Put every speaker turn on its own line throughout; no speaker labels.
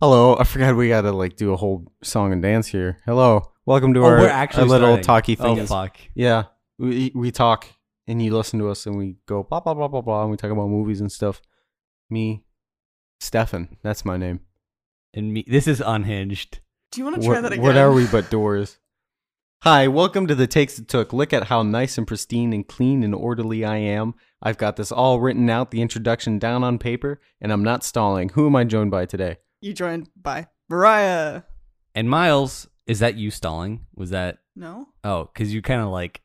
Hello, I forgot we gotta like do a whole song and dance here. Hello, welcome to
Oh,
our,
we're actually
our little
starting.
talky thing.
Oh fuck.
Yeah, we we talk and you listen to us and we go blah blah blah blah blah and we talk about movies and stuff. Me, Stefan, that's my name.
And me, this is unhinged.
Do you want to try
What-
that again?
What are we but doors? Hi, welcome to the takes it took. Look at how nice and pristine and clean and orderly I am. I've got this all written out, the introduction down on paper, and I'm not stalling. Who am I joined by today?
You joined by Mariah.
And Miles, is that you stalling? Was that
No,
oh, because you kind of like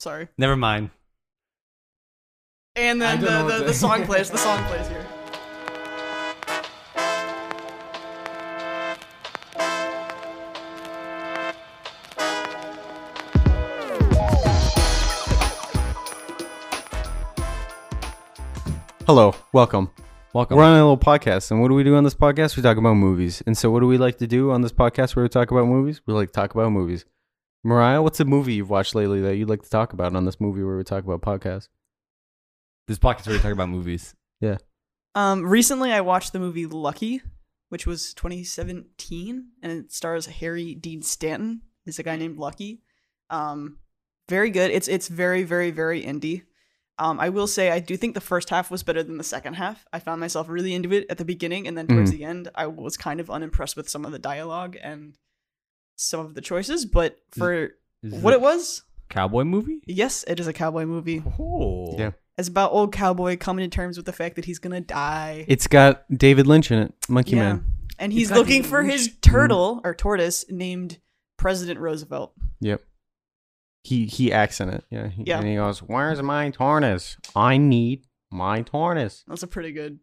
sorry.
never mind.
And then
I don't know
the,
what
the,
the-
the song plays. The song plays here.
Hello, welcome.
Welcome.
We're on a little podcast, and what do we do on this podcast? We talk about movies. And so, what do we like to do on this podcast where we talk about movies? We like to talk about movies. Mariah, what's a movie you've watched lately that you'd like to talk about on this movie where we talk about podcasts?
this podcast where we talk about movies.
Um, recently I watched the movie Lucky, which was 2017, and it stars Harry Dean Stanton. Is a guy named Lucky. Um, very good. It's it's very very very indie. Um, I will say I do think the first half was better than the second half. I found myself really into it at the beginning, and then towards
Mm-hmm.
the end, I was kind of unimpressed with some of the dialogue and some of the choices. But for
Is
what
it
it was,
cowboy movie?
yes, it is a cowboy movie.
Oh.
Yeah.
It's about old cowboy coming to terms with the fact that he's gonna die.
It's got David Lynch in it, Monkey Man.
And
It's
he's
got
looking
the
for
oosh.
his turtle or tortoise named President Roosevelt.
Yep. He he acts in it. Yeah. He-
Yeah.
And he goes, "Where's my tortoise? I need my tortoise."
That's a pretty good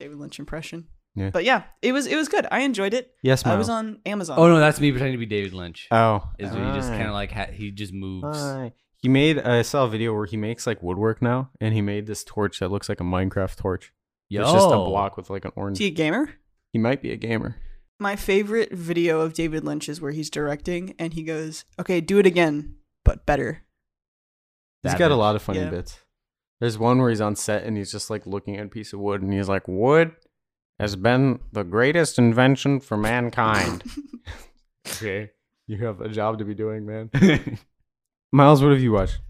David Lynch impression.
Yeah.
But yeah, it was it was good. I enjoyed it.
Yes,
I
Miles.
was on Amazon.
Oh no, that's me pretending to be David Lynch.
Oh,
is when he just
alright.
kind of like ha- he just moves.
Hi. He made I saw a video where he makes like woodwork now, and he made this torch that looks like a Minecraft torch.
Yo.
It's just a block with like an
Is
orange.
he a gamer?
He might be a gamer.
My favorite video of David Lynch is where he's directing and he goes, "Okay, do it again, but better."
He's
That
got a
bitch.
lot of funny
Yeah.
bits. There's one where he's on set and he's just like looking at a piece of wood and he's like, "Wood has been the greatest invention for mankind." okay, you have a job to be doing, man. Miles, what have you watched?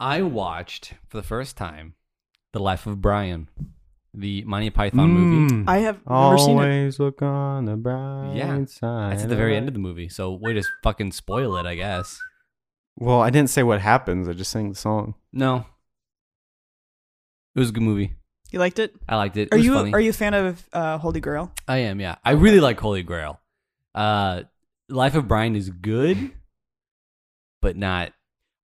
I watched for the first time The Life of Brian, the Monty Python movie.
Hmm.
I have never seen it.
Always look on the bright
Yeah,
side.
That's at the very end of the movie, so we just fucking spoil it, I guess.
Well, I didn't say what happens. I just sang the song.
No, it was a good movie.
You liked it?
I liked it. it
Are
was
you
funny.
are you a fan of uh, Holy Grail?
I am. Yeah, I really like Holy Grail. Uh, Life of Brian is good, but not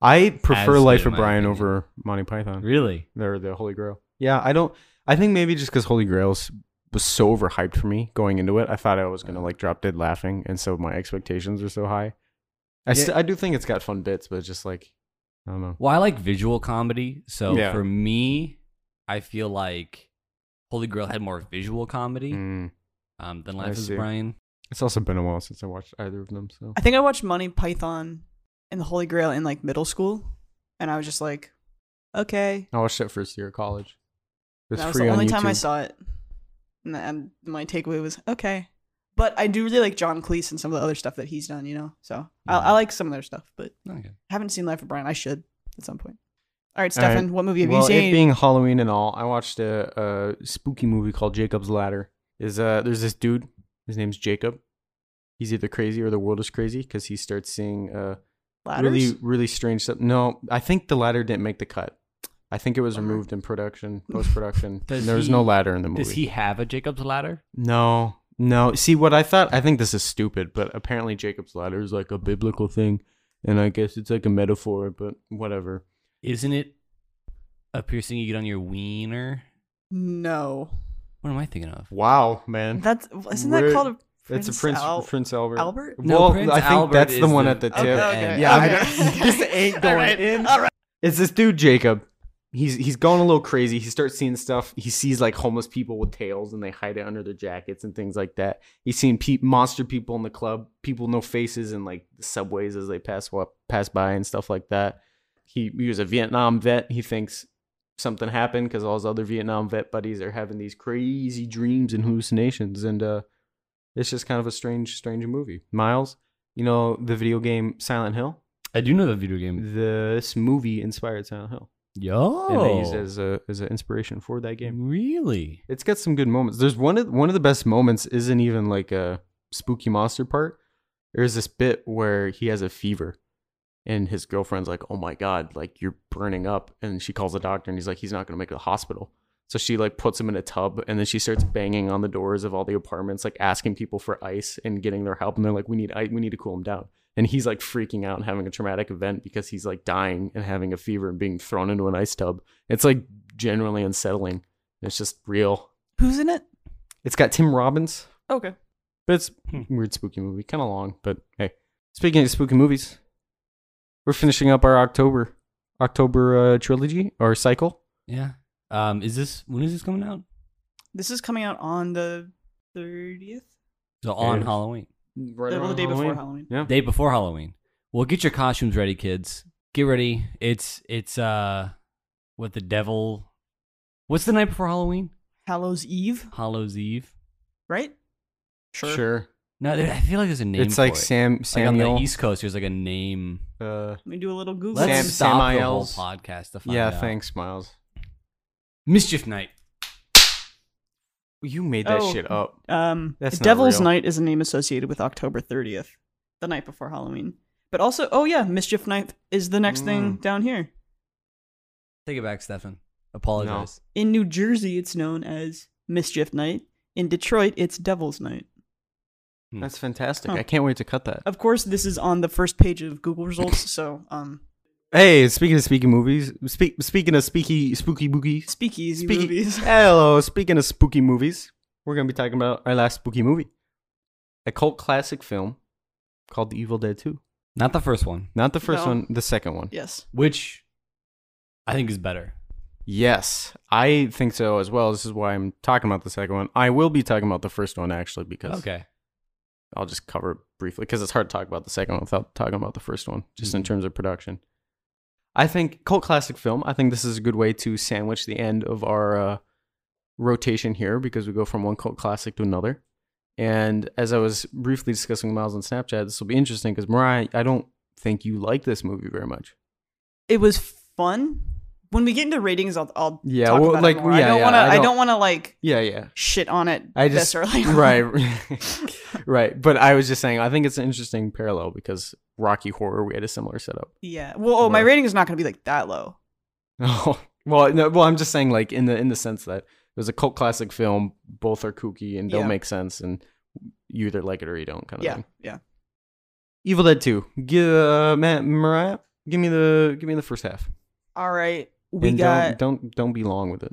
I prefer
good,
Life
in
of
my
Brian
opinion.
over Monty Python.
really.
They're the Holy Grail. Yeah, I don't. I think maybe just because Holy Grails was so overhyped for me going into it, I thought I was gonna like drop dead laughing, and so my expectations were so high. I
Yeah.
st- I do think it's got fun bits, but it's just like I don't know.
Well, I like visual comedy, so
Yeah.
for me, I feel like Holy Grail had more visual comedy
Mm.
um, than
I
Life of
see.
Brian.
It's also been a while since I watched either of them. So
I think I watched Monty Python and the Holy Grail in like middle school, and I was just like, okay.
I watched it first year of college. It was
that was
free
the
on
only
YouTube.
time I saw it, and, th- and my takeaway was okay. But I do really like John Cleese and some of the other stuff that he's done, you know. So I, I
Mm-hmm.
Mhm.
like some of their stuff, but
Okay.
I haven't seen Life of Brian. I should at some point. All
All
right,
right.
Stefan, what movie have
well,
you
it
seen?
being Halloween and all, I watched a, a spooky movie called Jacob's Ladder. Is uh, there's this dude. His name's Jacob. He's either crazy or the world is crazy because he starts seeing uh,
Ladders?
really really strange stuff. No, I think the ladder didn't make the cut. I think it was
Bummer.
removed in production, post production.
Does
there was
he-
no ladder in the movie.
Does he have a Jacob's Ladder?
No, no. See what I thought. I think this is stupid, but apparently Jacob's ladder is like a biblical thing, and I guess it's like a metaphor. But whatever.
Isn't it a piercing you get on your wiener?
no,
What am I thinking of?
Wow, man.
that's isn't that
We're-
called a?
That's a Prince
Prince Al-
Prince Albert.
Albert?
No,
well,
Prince
I think
Albert
that's the
is
one
the-
at the tip.
Okay,
Yeah.
okay.
Yeah,
okay.
I'm- this ain't
All
going
right,
in.
All right.
It's this dude Jacob. He's he's going a little crazy. He starts seeing stuff. He sees like homeless people with tails and they hide it under their jackets and things like that. He's seeing pe- monster people in the club, people no faces in like the subways as they pass wa- pass by and stuff like that. He, he was a Vietnam vet. He thinks something happened because all his other Vietnam vet buddies are having these crazy dreams and hallucinations. And uh, It's just kind of a strange, strange movie. Miles, you know the video game Silent Hill.
I do know the video game.
This movie inspired Silent Hill,
Yo,
and they used it as a as an inspiration for that game.
really?
It's got some good moments. There's one of one of the best moments isn't even like a spooky monster part. There's this bit where he has a fever and his girlfriend's like, "Oh my god, like you're burning up." And she calls the doctor and he's like, "He's not going to make it to the hospital." So she like puts him in a tub and then she starts banging on the doors of all the apartments like asking people for ice and getting their help and they're like, "We need ice, we need to cool him down." And he's like freaking out and having a traumatic event because he's like dying and having a fever and being thrown into an ice tub. It's like generally unsettling. It's just real.
Who's in it?
It's got Tim Robbins,
Okay.
but it's
Hmm.
a weird spooky movie, kind of long. But hey, speaking of spooky movies, we're finishing up our October October uh, trilogy or cycle.
Yeah. Um, is this when is this coming out?
This is coming out on the 30th?
So on
Yes.
Halloween,
Right
Well, the day before Halloween.
Yeah,
day before Halloween. Well, get your costumes ready, kids. Get ready. It's it's uh, what the devil? What's the night before Halloween?
Hallows Eve,
Hallows Eve.
right?
sure.
No, there, I feel like there's a name.
It's
for
like
it.
Sam
Like on
Samuel.
the East Coast, there's like a name.
uh,
Let me do a little Google.
Let's
Sam-
stop the whole
Samiles.
podcast to find
yeah,
out.
thanks, Miles.
Mischief Night.
You made that
Oh.
shit up.
Um,
That's not
Devil's
real.
Night is a name associated with October 30th, the night before Halloween. But also, oh yeah, Mischief Night is the next thing
Mm.
down here.
Take it back, Stefan. Apologize.
In New Jersey, it's known as Mischief Night. In Detroit, it's Devil's Night.
Hmm.
That's fantastic.
Huh.
I can't wait to cut that.
Of course, this is on the first page of Google results. So, um,
Hey, speaking of spooky movies, speak, speaking of spooky spooky boogies,
speakeasy
Speaking-
movies.
Hello, speaking of spooky movies, we're going to be talking about our last spooky movie. A cult classic film called The Evil Dead 2.
Not the first one,
Not the first
No.
one, the second one.
yes.
which I think is better.
Yes, I think so as well. This is why I'm talking about the second one. I will be talking about the first one actually because
Okay.
I'll just cover it briefly because it's hard to talk about the second one without talking about the first one, just in
Mhm.
terms of production. I think cult classic film. I think this is a good way to sandwich the end of our uh, rotation here because we go from one cult classic to another. And as I was briefly discussing with Miles on Snapchat, this will be interesting because Mariah, I don't think you like this movie very much.
It was fun. When we get into ratings, I'll, I'll
Yeah,
talk
well,
about it
like,
more.
yeah,
I don't
yeah,
want to.
I
I
don't-
don't want to like
Yeah, yeah.
shit on it.
I just
this early on.
right, right. But I was just saying, I think it's an interesting parallel because Rocky Horror we had a similar setup.
Yeah. Well, oh, my
Right.
rating is not going to be like that low.
Oh well, no, well, I'm just saying, like in the in the sense that it was a cult classic film. Both are kooky and don't
Yeah.
make sense, and you either like it or you don't, kind of
Yeah.
thing.
Yeah.
Evil Dead Two. Give uh, Matt Mariah, give me the give me the first half.
All right. We
And
got.
don't, don't don't be long with it.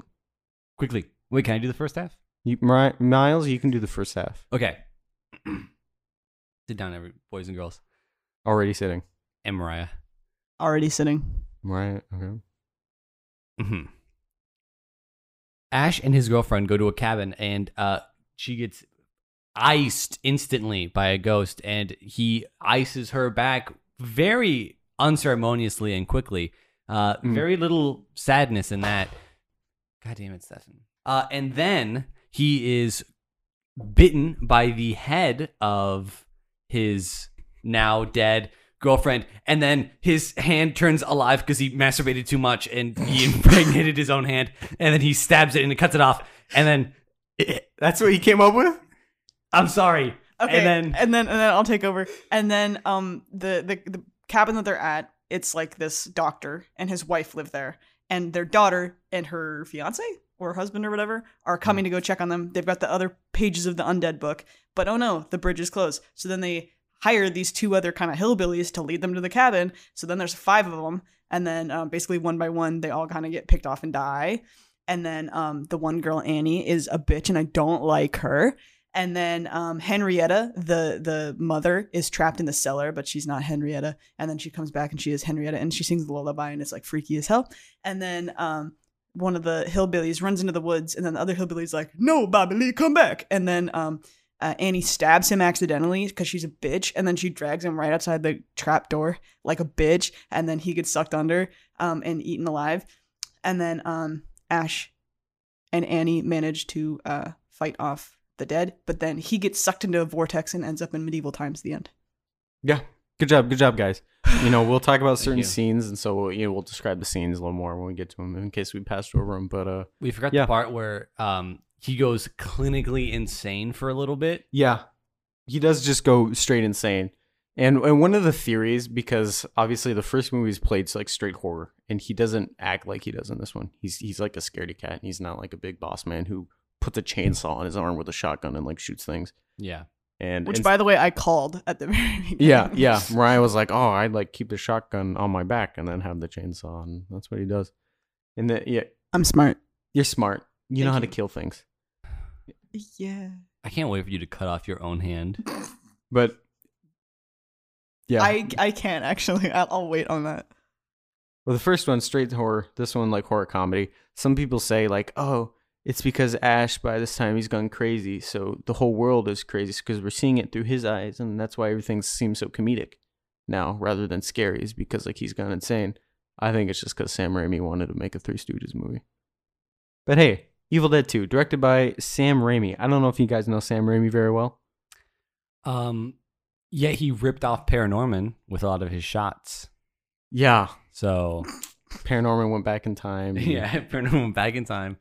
Quickly. Wait, can I do the first half?
You, Mariah, Miles, you can do the first half.
Okay. Sit down, every boys and girls.
Already sitting.
And Mariah.
already sitting.
Mariah, okay.
Mm-hmm. Ash and his girlfriend go to a cabin, and uh, she gets iced instantly by a ghost, and he ices her back very unceremoniously and quickly. Uh,
Mm.
Very little sadness in that. God damn it, Stefan. Uh, and then he is bitten by the head of his now dead girlfriend, and then his hand turns alive because he masturbated too much and he impregnated his own hand, and then he stabs it and it cuts it off, and then
That's what you came up with.
I'm sorry,
Okay.
and then
and then and then I'll take over. And then um the the the cabin that they're at, it's like this doctor and his wife live there, and their daughter and her fiance or husband or whatever are coming to go check on them. They've got the other pages of the undead book, but oh no, the bridge is closed. So then they hire these two other kind of hillbillies to lead them to the cabin. So then there's five of them, and then um, basically one by one they all kind of get picked off and die. And then um, the one girl Annie is a bitch, and I don't like her and then um, Henrietta, the the mother, is trapped in the cellar, but she's not Henrietta. And then she comes back and she is Henrietta, and she sings the lullaby, and it's like freaky as hell. And then um, one of the hillbillies runs into the woods, and then the other hillbilly's like, "No, Bobby Lee, come back!" And then um, uh, Annie stabs him accidentally because she's a bitch, and then she drags him right outside the trap door like a bitch, and then he gets sucked under um, and eaten alive. And then um, Ash and Annie manage to uh, fight off the dead, but then he gets sucked into a vortex and ends up in medieval times. The end.
Yeah. Good job. Good job, guys. You know, we'll talk about certain
you.
scenes, and so you know, we'll describe the scenes a little more when we get to them, in case we passed over them. But uh,
We forgot
Yeah.
the part where um he goes clinically insane for a little bit.
Yeah. He does just go straight insane. And and one of the theories, because obviously the first movie is played like straight horror, and he doesn't act like he does in this one. He's he's like a scaredy cat, and he's not like a big boss man who puts a chainsaw on his arm with a shotgun and like shoots things.
Yeah.
And
Which,
and-
by the way, I called at the very beginning.
yeah, yeah. Mariah was like, "Oh, I'd like keep the shotgun on my back and then have the chainsaw," and that's what he does. And that yeah,
I'm smart.
you're smart. You know
Thank
how
you.
to kill things.
Yeah.
I can't wait for you to cut off your own hand.
But yeah,
I I can't actually. I'll, I'll wait on that.
Well, the first one straight horror. This one like horror comedy. Some people say like, "Oh, it's because Ash by this time he's gone crazy, so the whole world is crazy because we're seeing it through his eyes, and that's why everything seems so comedic now rather than scary. Is because like he's gone insane. I think it's just because Sam Raimi wanted to make a Three Stooges movie. But hey, Evil Dead Two, directed by Sam Raimi. I don't know if you guys know Sam Raimi very well.
Um yet he ripped off Paranorman with a lot of his shots.
Yeah,
So
Paranorman went back in time. and-
yeah, Paranorman back in time.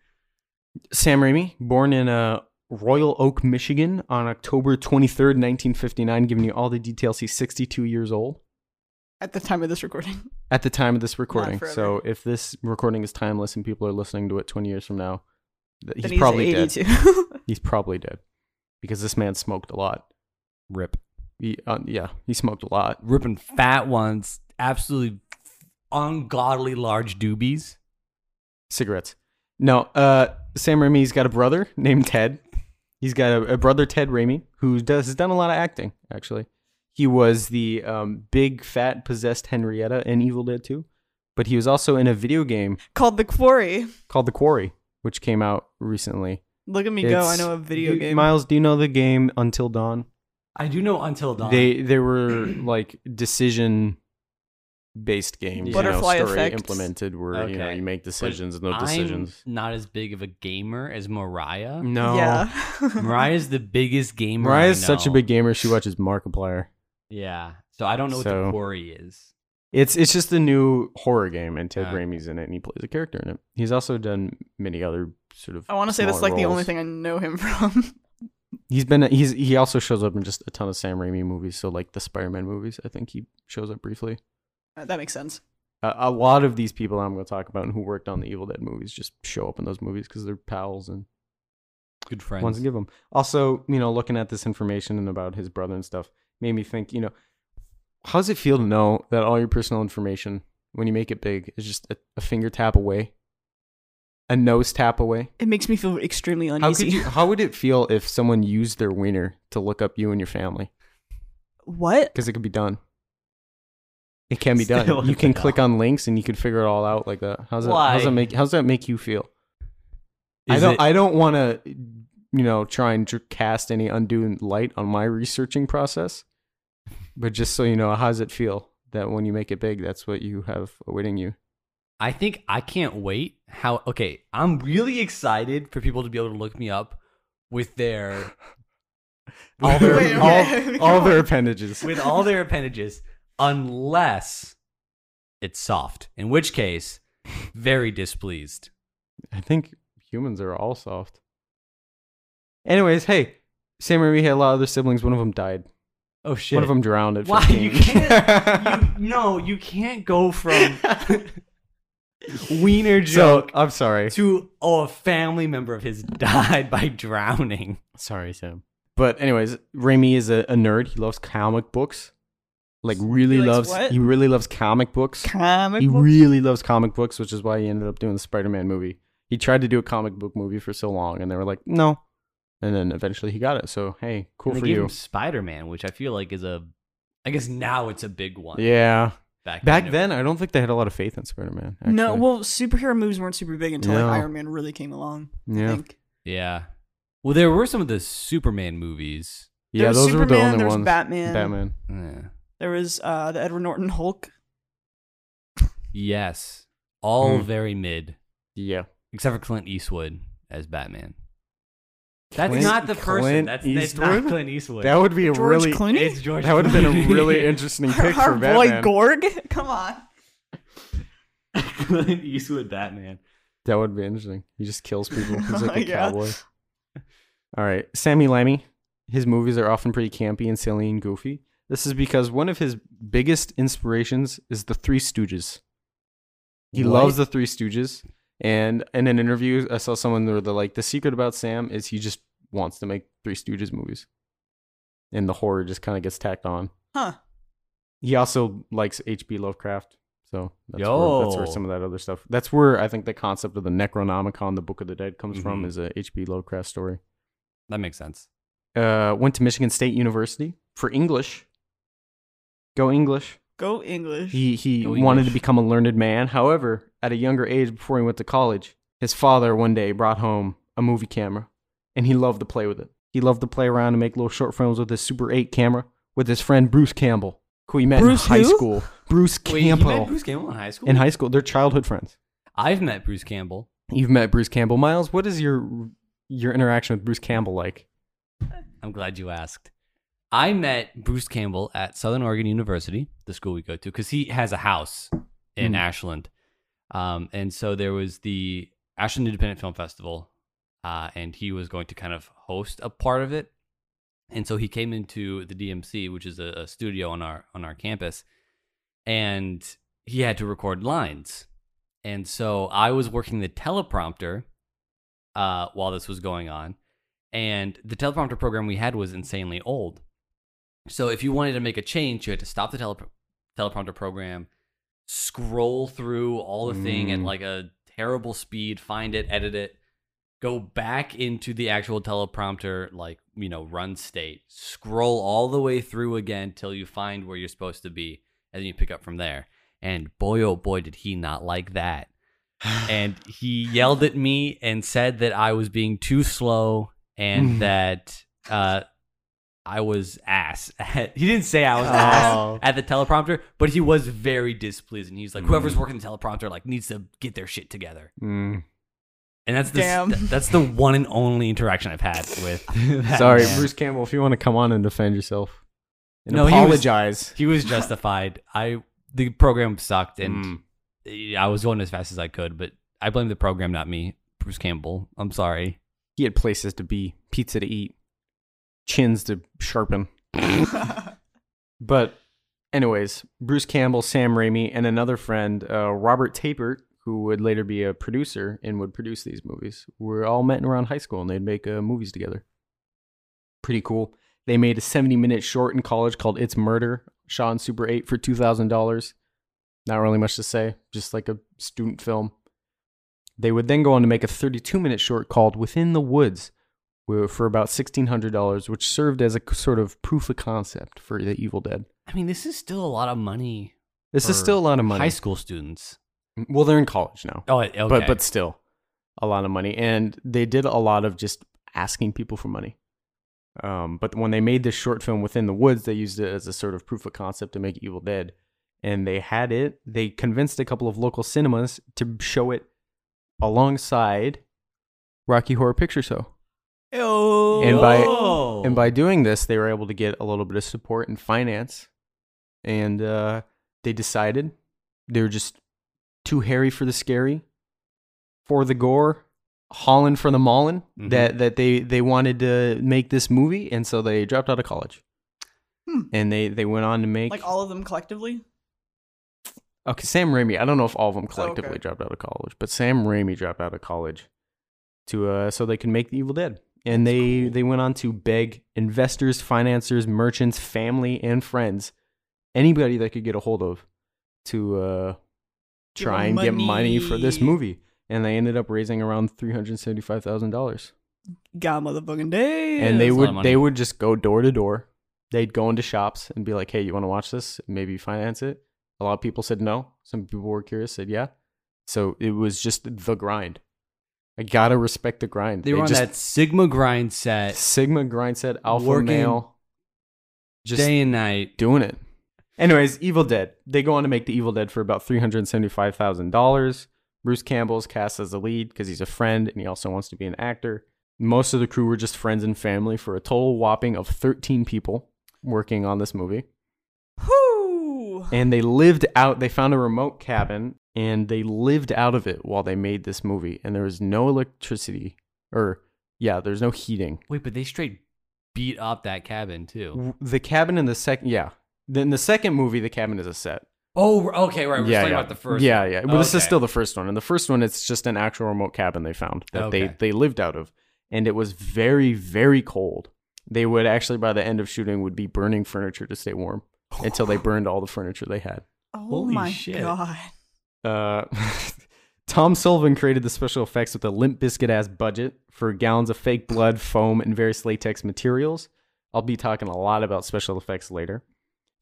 Sam Raimi, born in uh, Royal Oak, Michigan on October 23rd, 1959, giving you all the details. He's 62 years old
At the time of this recording,
at the time of this recording.
forever.
So if this recording is timeless and people are listening to it 20 years from now, th- he's,
Then
probably dead.
82.
He's probably dead because this man smoked a lot.
Rip.
He, uh, yeah, he smoked a lot.
Ripping fat ones, absolutely ungodly large doobies.
Cigarettes. No, uh, Sam Raimi's got a brother named Ted. He's got a, a brother, Ted Raimi, who does has done a lot of acting. Actually, he was the um, big fat possessed Henrietta in Evil Dead 2, but he was also in a video game
Called the quarry.
called The Quarry, which came out recently.
Look at me go. I
It's-
know a video
you-
game.
Miles, do you know the game Until Dawn?
I do know until dawn.
They they were like decision based games.
Butterfly
you know, story
effects.
implemented where you know
Okay.
you make decisions and no
I'm
decisions.
not as big of a gamer as Mariah.
No.
Yeah.
Mariah's the biggest gamer. I
Mariah's such a
know.
big gamer. She watches Markiplier.
Yeah. So I don't know what
So-
the quarry is.
It's it's just a new horror game, and Ted
Yeah.
Raimi's in it, and he plays a character in it. He's also done many other sort of.
I want to say that's
smaller
like the only
roles.
thing I know him from.
He's been he's he also shows up in just a ton of Sam Raimi movies. So like the Spider-Man movies, I think he shows up briefly.
that makes sense.
A, a lot of these people I'm going to talk about and who worked on the Evil Dead movies just show up in those movies because they're pals and
Good friends.
Ones to give him. Also, you know, looking at this information and about his brother and stuff made me think, you know, how does it feel to know that all your personal information, when you make it big, is just a, a finger tap away, a nose tap away?
It makes me feel extremely
How could
uneasy.
you? How would it feel if someone used their wiener to look up you and your family?
what?
Because it could be done. It can be
Still
done. You can
no.
click on links and you could figure it all out like that. How's that? How's
Why?
that make? How's that make you feel? I
Is
don't.
it-
I don't want to, you know, try and dr- cast any undue light on my researching process. But just so you know, how does it feel that when you make it big, that's what you have awaiting you?
I think I can't wait. How okay, I'm really excited for people to be able to look me up with their
All their,
Wait, okay.
all, all their appendages.
with all their appendages unless it's soft. In which case, very displeased.
I think humans are all soft. Anyways, hey, Sam Raimi had a lot of other siblings. One of them died.
Oh shit.
One of them drowned at
Why?
15.
You can't you, no, you can't go from wiener
so
joke
I'm sorry.
to oh a family member of his died by drowning.
Sorry, Sam. But anyways, Raimi is a, a nerd. He loves comic books. Like really
He likes
loves
what?
he really loves comic books.
Comic
he
book?
really loves comic books, which is why he ended up doing the Spider-Man movie. He tried to do a comic book movie for so long and they were like, "No." And then eventually he got it. So, hey, cool
And they
for
gave
you.
him Spider-Man, which I feel like is a I guess now it's a big one.
Yeah.
Back,
Back
it
then, I don't think they had a lot of faith in Spider-Man. Actually.
No, well, superhero movies weren't super big until
No.
like Iron Man really came along. I
yeah.
think.
Yeah. Well, there were some of the Superman movies.
there
Yeah,
was
those
Superman,
were the only
there was
ones.
Batman.
Batman.
Yeah.
There was uh, the Edward Norton Hulk.
Yes. All
Hmm.
very mid,
Yeah.
except for Clint Eastwood as Batman. That's
Clint-
not the person.
Clint
That's, that's not
Eastwood?
Clint Eastwood.
That would be a
George
really
Clooney?
it's George.
that would have been a
Clooney.
really interesting
Our,
pick for
our boy
Batman.
Gorg. Come on.
Clint Eastwood Batman.
that would be interesting. He just kills people. He's like a
Yeah.
cowboy. All right, Sammy Lemmy. His movies are often pretty campy and silly and goofy. This is because one of his biggest inspirations is the Three Stooges. He
What?
loves the Three Stooges. And in an interview, I saw someone where they're like, the secret about Sam is he just wants to make Three Stooges movies. And the horror just kind of gets tacked on.
Huh.
He also likes H.P. Lovecraft. So that's where, that's where
Yo.
some of that other stuff. That's where I think the concept of the Necronomicon, the Book of the Dead, comes from,
Mhm.
is a H.P. Lovecraft story.
That makes sense.
Uh, went to Michigan State University for English. Go English.
Go English.
He he
Go
wanted to
English.
become a learned man. However, at a younger age, before he went to college, his father one day brought home a movie camera, and he loved to play with it. He loved to play around and make little short films with his Super 8 camera with his friend Bruce Campbell, who he met
Bruce
in high
who?
school. Bruce
Wait, you
Campbell
met Bruce Campbell in high school.
in high school. They're childhood friends.
I've met Bruce Campbell.
You've met Bruce Campbell. Miles, what is your your interaction with Bruce Campbell like?
I'm glad you asked. I met Bruce Campbell at Southern Oregon University, the school we go to, because he has a house in
Mm.
Ashland. Um, and so there was the Ashland Independent Film Festival, uh, and he was going to kind of host a part of it. And so he came into the DMC, which is a, a studio on our on our campus, and he had to record lines. And so I was working the teleprompter uh, while this was going on and the teleprompter program we had was insanely old. So if you wanted to make a change, you had to stop the tele- teleprompter program, scroll through all the thing at
Mm.
like a terrible speed, find it, edit it, go back into the actual teleprompter like, you know, run state, scroll all the way through again till you find where you're supposed to be, and then you pick up from there. And boy oh boy did he not like that and he yelled at me and said that I was being too slow
Hmm.
and that uh, I was ass. he didn't say I was ass
Oh.
at the teleprompter, but he was very displeased. And he's like,
Hmm.
whoever's working the teleprompter like needs to get their shit together.
Mm.
And that's the
Damn.
that's the one and only interaction I've had with. that
Sorry,
man.
Bruce Campbell, if you want to come on and defend yourself and
No, he was-
apologize.
He was justified. I the program sucked, and
Mm.
I was going as fast as I could, but I blame the program, not me, Bruce Campbell. I'm sorry.
He had places to be, pizza to eat, chins to sharpen. But, anyways, Bruce Campbell, Sam Raimi, and another friend, uh, Robert Tapert, who would later be a producer and would produce these movies, were all met around high school and they'd make uh, movies together. Pretty cool. They made a 70 minute short in college called It's Murder, shot in Super 8 for $2,000. Not really much to say, just like a student film. They would then go on to make a 32 minute short called Within the Woods wh- for about $1,600, which served as a c- sort of proof of concept for The Evil Dead.
I mean, this is still a lot of money.
This is
for
still a lot of money.
High school students.
Well, they're in college now,
Oh, okay.
but but still, a lot of money. And they did a lot of just asking people for money. Um, but when they made this short film within the woods, they used it as a sort of proof of concept to make Evil Dead, and they had it. They convinced a couple of local cinemas to show it alongside Rocky Horror Picture Show.
Oh.
And by- And by doing this, they were able to get a little bit of support and finance. And uh, they decided they were just too hairy for the scary, for the gore, Holland for the Maulin,
Mm-hmm.
Mhm.
that, that they, they wanted to make this movie. And so they dropped out of college.
Hmm.
And they, they went on to make.
like all of them collectively.
Okay, Sam Raimi. I don't know if all of them collectively
Oh, okay.
dropped out of college, but Sam Raimi dropped out of college to uh, so they can make The Evil Dead, and they
cool.
they went on to beg investors, financiers, merchants, family, and friends, anybody they could get a hold of, to uh,
Give
try and
them
get money for this
money.
movie, and they ended up raising around three hundred seventy five thousand dollars,
God motherfucking day.
and they
that's a lot of
would
money.
they would just go door to door. They'd go into shops and be like, "Hey, you want to watch this? Maybe finance it." A lot of people said no. Some people were curious, said yeah. So it was just the grind. I gotta respect the grind.
they were on
just,
that Sigma grind set
Sigma grind set alpha
Working
male, just
day and night.
doing it. Anyways, Evil Dead. They go on to make the Evil Dead for about three hundred seventy-five thousand dollars. Bruce Campbell's cast as the lead because he's a friend and he also wants to be an actor. Most of the crew were just friends and family for a total whopping of 13 people working on this movie.
Whoo!
And they lived out, they found a remote cabin and they lived out of it while they made this movie. And there was no electricity or, yeah, there's no heating.
Wait, but they straight beat up that cabin too.
W- The cabin in the second, yeah. Then the second movie, the cabin is a set.
Oh, okay, right. We're just talking about the first.
Yeah,
one.
yeah. Well, this is
Okay.
still the first one, and the first one it's just an actual remote cabin they found that
Okay.
they they lived out of, and it was very very cold. They would actually by the end of shooting would be burning furniture to stay warm until they burned all the furniture they had.
Oh
Holy
my
shit.
god.
Uh, Tom Sullivan created the special effects with a limp biscuit ass budget for gallons of fake blood, foam, and various latex materials. I'll be talking a lot about special effects later.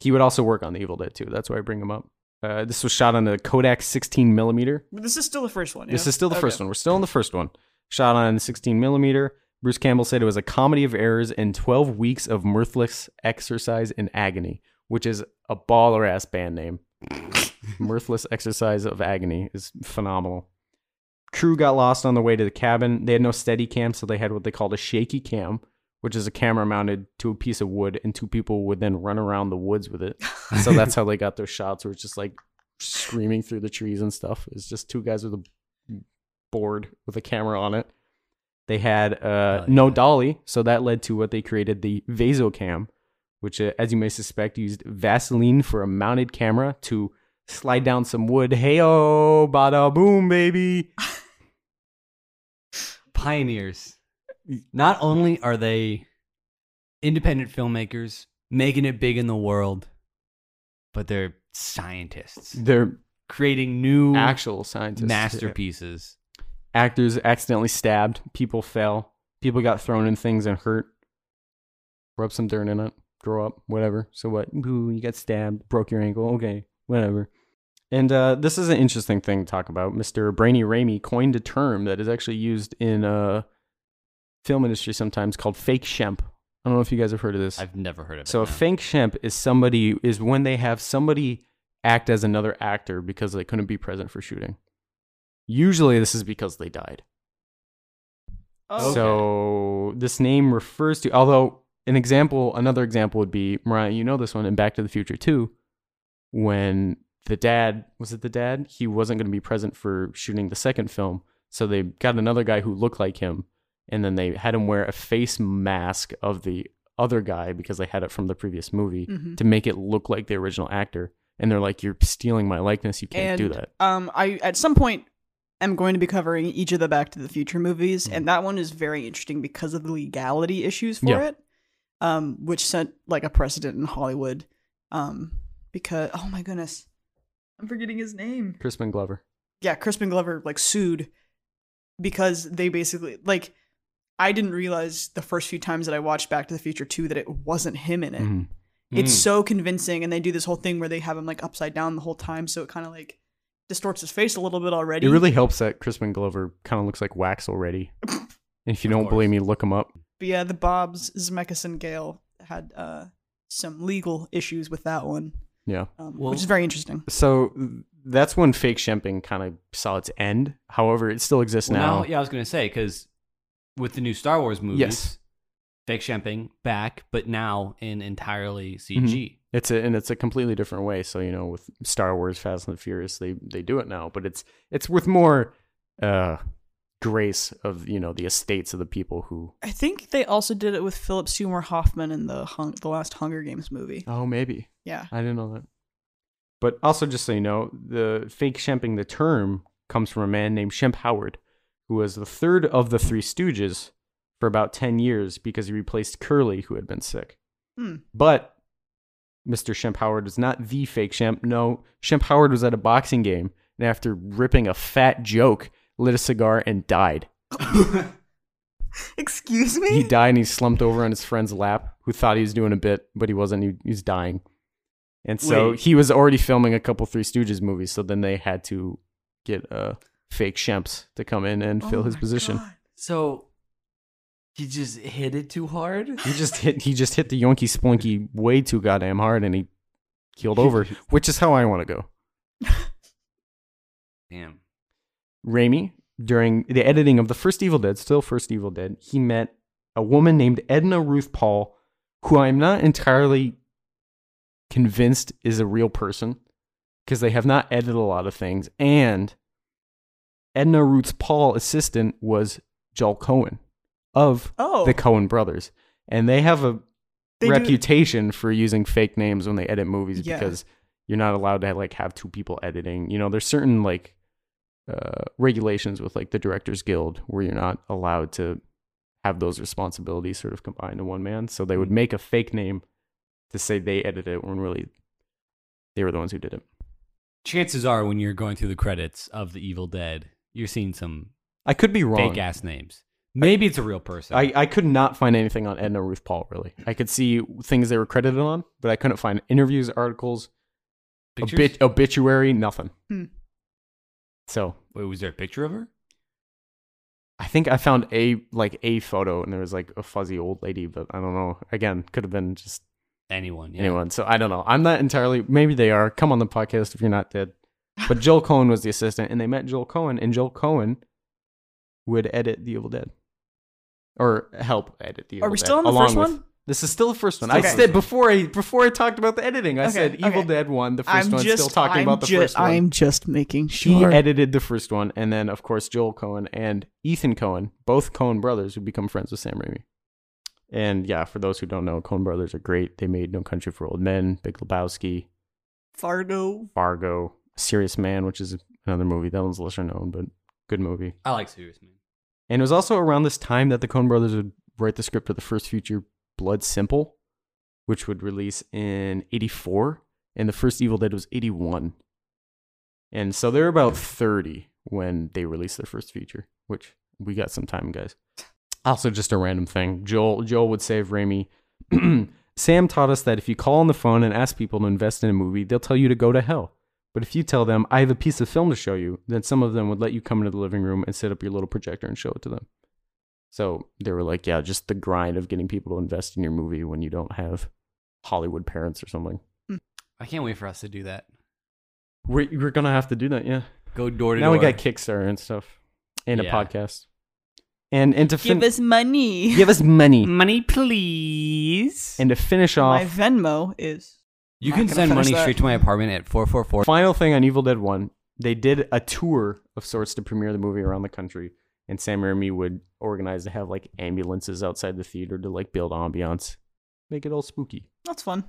He would also work on The Evil Dead too. That's why I bring him up. Uh, this was shot on a Kodak 16 millimeter.
But this is still the first one.
This
yeah?
is still the
Okay.
first one. We're still in the first one. Shot on 16 millimeter. Bruce Campbell said it was a comedy of errors and 12 weeks of mirthless exercise and agony, which is a baller ass band name. mirthless exercise of agony is phenomenal. Crew got lost on the way to the cabin. They had no steady cam, so they had what they called a shaky cam, which is a camera mounted to a piece of wood, and two people would then run around the woods with it. So that's how they got their shots, where it's just like screaming through the trees and stuff. It's just two guys with a board with a camera on it. They had uh,
Hell
no
Oh, yeah.
dolly, so that led to what they created the Vasocam, which, uh, as you may suspect, used Vaseline for a mounted camera to slide down some wood. Hey, oh, bada boom, baby.
pioneers. Not only are they independent filmmakers making it big in the world, but they're scientists
They're
creating new
actual scientists.
masterpieces.
Actors accidentally stabbed. People fell. People got thrown in things and hurt. Rub some dirt in it. Grow up. Whatever. So what? Boo, you got stabbed. Broke your ankle. Okay. Whatever. And uh, this is an interesting thing to talk about. Mr. Brainy Ramey coined a term that is actually used in uh, film industry sometimes called fake shemp. I don't know if you guys have heard of this.
I've never heard of it.
So a
no.
fake shemp is somebody is when they have somebody act as another actor because they couldn't be present for shooting. Usually this is because they died.
Oh,
Okay.
So this name refers to although an example another example would be Mariah, you know this one in Back to the Future 2 when the dad was it the dad? He wasn't going to be present for shooting the second film, so they got another guy who looked like him and then they had him wear a face mask of the other guy because they had it from the previous movie
Mhm.
to make it look like the original actor. And they're like, "You're stealing my likeness. You can't
and
do that."
um, I at some point am going to be covering each of the Back to the Future movies,
Hmm.
and that one is very interesting because of the legality issues for
Yeah.
it, um, which sent like a precedent in Hollywood, um, because oh my goodness, I'm forgetting his name.
Crispin Glover.
yeah, Crispin Glover like sued because they basically like I didn't realize the first few times that I watched Back to the Future 2 that it wasn't him in it.
Mhm.
It's
Mm.
so convincing and they do this whole thing where they have him like upside down the whole time so it kind of like distorts his face a little bit already.
It really helps that Crispin Glover kind of looks like wax already. And if you
Of
don't believe me,
course.
look him up.
But yeah, the Bob's Zemeckis and Gale had uh some legal issues with that one.
Yeah.
Um,
Well-
which is very interesting.
So that's when fake shemping kind of saw its end. However, it still exists
Well,
now.
now, yeah, I was gonna say because with the new Star Wars movies,
Yes.
fake champagne back, but now in entirely CG.
It's a, and it's a completely different way. So you know, with Star Wars, Fast and the Furious, they they do it now, but it's it's with more uh, grace of you know the estates of the people who.
I think they also did it with Philip Seymour Hoffman in the hung- the last Hunger Games movie.
Oh, maybe
Yeah.
I didn't know that. But also, just so you know, the fake shemping, the term, comes from a man named Shemp Howard, who was the third of the Three Stooges for about 10 years because he replaced Curly, who had been sick.
Hmm.
But Mr. Shemp Howard was not the fake Shemp. No, Shemp Howard was at a boxing game and after ripping a fat joke, lit a cigar and died. Mm-hmm.
Excuse me?
He died and he slumped over on his friend's lap, who thought he was doing a bit, but he wasn't. He, he was dying. And so
Wait.
he was already filming a couple Three Stooges movies, so then they had to get uh, fake Shemps to come in and
Oh
fill his
my
position.
God.
So he just hit it too hard.
He just hit he just hit the Yonky Splunky way too goddamn hard and he keeled over, which is how I want to go.
Damn.
Raimi during the editing of the first Evil Dead, still first Evil Dead, he met a woman named Edna Ruth Paul, who I'm not entirely convinced is a real person because they have not edited a lot of things. And Edna Ruth Paul assistant was Joel Cohen of
Oh,
the Cohen brothers. And they have a
they do-
reputation for using fake names when they edit movies
Yeah.
because you're not allowed to like have two people editing. You know, there's certain like uh, regulations with like the Directors Guild where you're not allowed to have those responsibilities sort of combined in one man. So they would
Mm-hmm.
make a fake name to say they edited it when really they were the ones who did it.
Chances are, when you're going through the credits of The Evil Dead, you're seeing some
I could be wrong.
fake ass names. Maybe it's a real person.
I, I could not find anything on Edna Ruth Paul really. I could see things they were credited on, but I couldn't find interviews, articles,
Pictures?
Obit- obituary, nothing.
Hmm.
So
Wait, was there a picture of her?
I think I found a like a photo, and there was like a fuzzy old lady, but I don't know. Again, could have been just
Anyone? Yeah.
anyone. So I don't know. I'm not entirely. Maybe they are. Come on the podcast if you're not dead. But Joel Cohen was the assistant, and they met Joel Cohen, and Joel Cohen would edit The Evil Dead, or help edit The Evil
Are we
Dead,
still on the
along
first
with-
one?
This is still the first one.
Still
I
the
said
first one.
before I before I talked about the editing. I
Okay,
said Evil
okay.
Dead one, the 1st one. still talking
I'm
about the
ju-
first one.
I'm just making
She
sure.
edited the first one, and then of course Joel Cohen and Ethan Cohen, both Cohen brothers, who become friends with Sam Raimi. And yeah, for those who don't know, Cohen brothers are great. They made No Country for Old Men, Big Lebowski,
Fargo.
Fargo, Serious Man, which is another movie that one's lesser known, but good movie.
I like Serious Man.
And it was also around this time that the Coen brothers would write the script for the first feature, Blood Simple, which would release in 84. And the first Evil Dead was 81. And so they're about 30 when they released their first feature, which we got some time, guys. Also, just a random thing. Joel, Joel would save Raimi. Sam taught us that if you call on the phone and ask people to invest in a movie, they'll tell you to go to hell. But if you tell them, I have a piece of film to show you, then some of them would let you come into the living room and set up your little projector and show it to them. So they were like, yeah, just the grind of getting people to invest in your movie when you don't have Hollywood parents or something.
I can't wait for us to do that.
We're, we're going to have to do that, yeah.
Go door to
Now we
door.
got Kickstarter and stuff and a
Yeah.
podcast. And, and to fin-
Give us money.
give us money.
money, please.
And to finish off,
My Venmo is.
you
I'm
can
gonna
send
finish
money
that.
straight to my apartment at four four four.
Final thing on Evil Dead 1, they did a tour of sorts to premiere the movie around the country, and Sam Raimi would organize to have like ambulances outside the theater to like build ambiance, make it all spooky.
That's fun.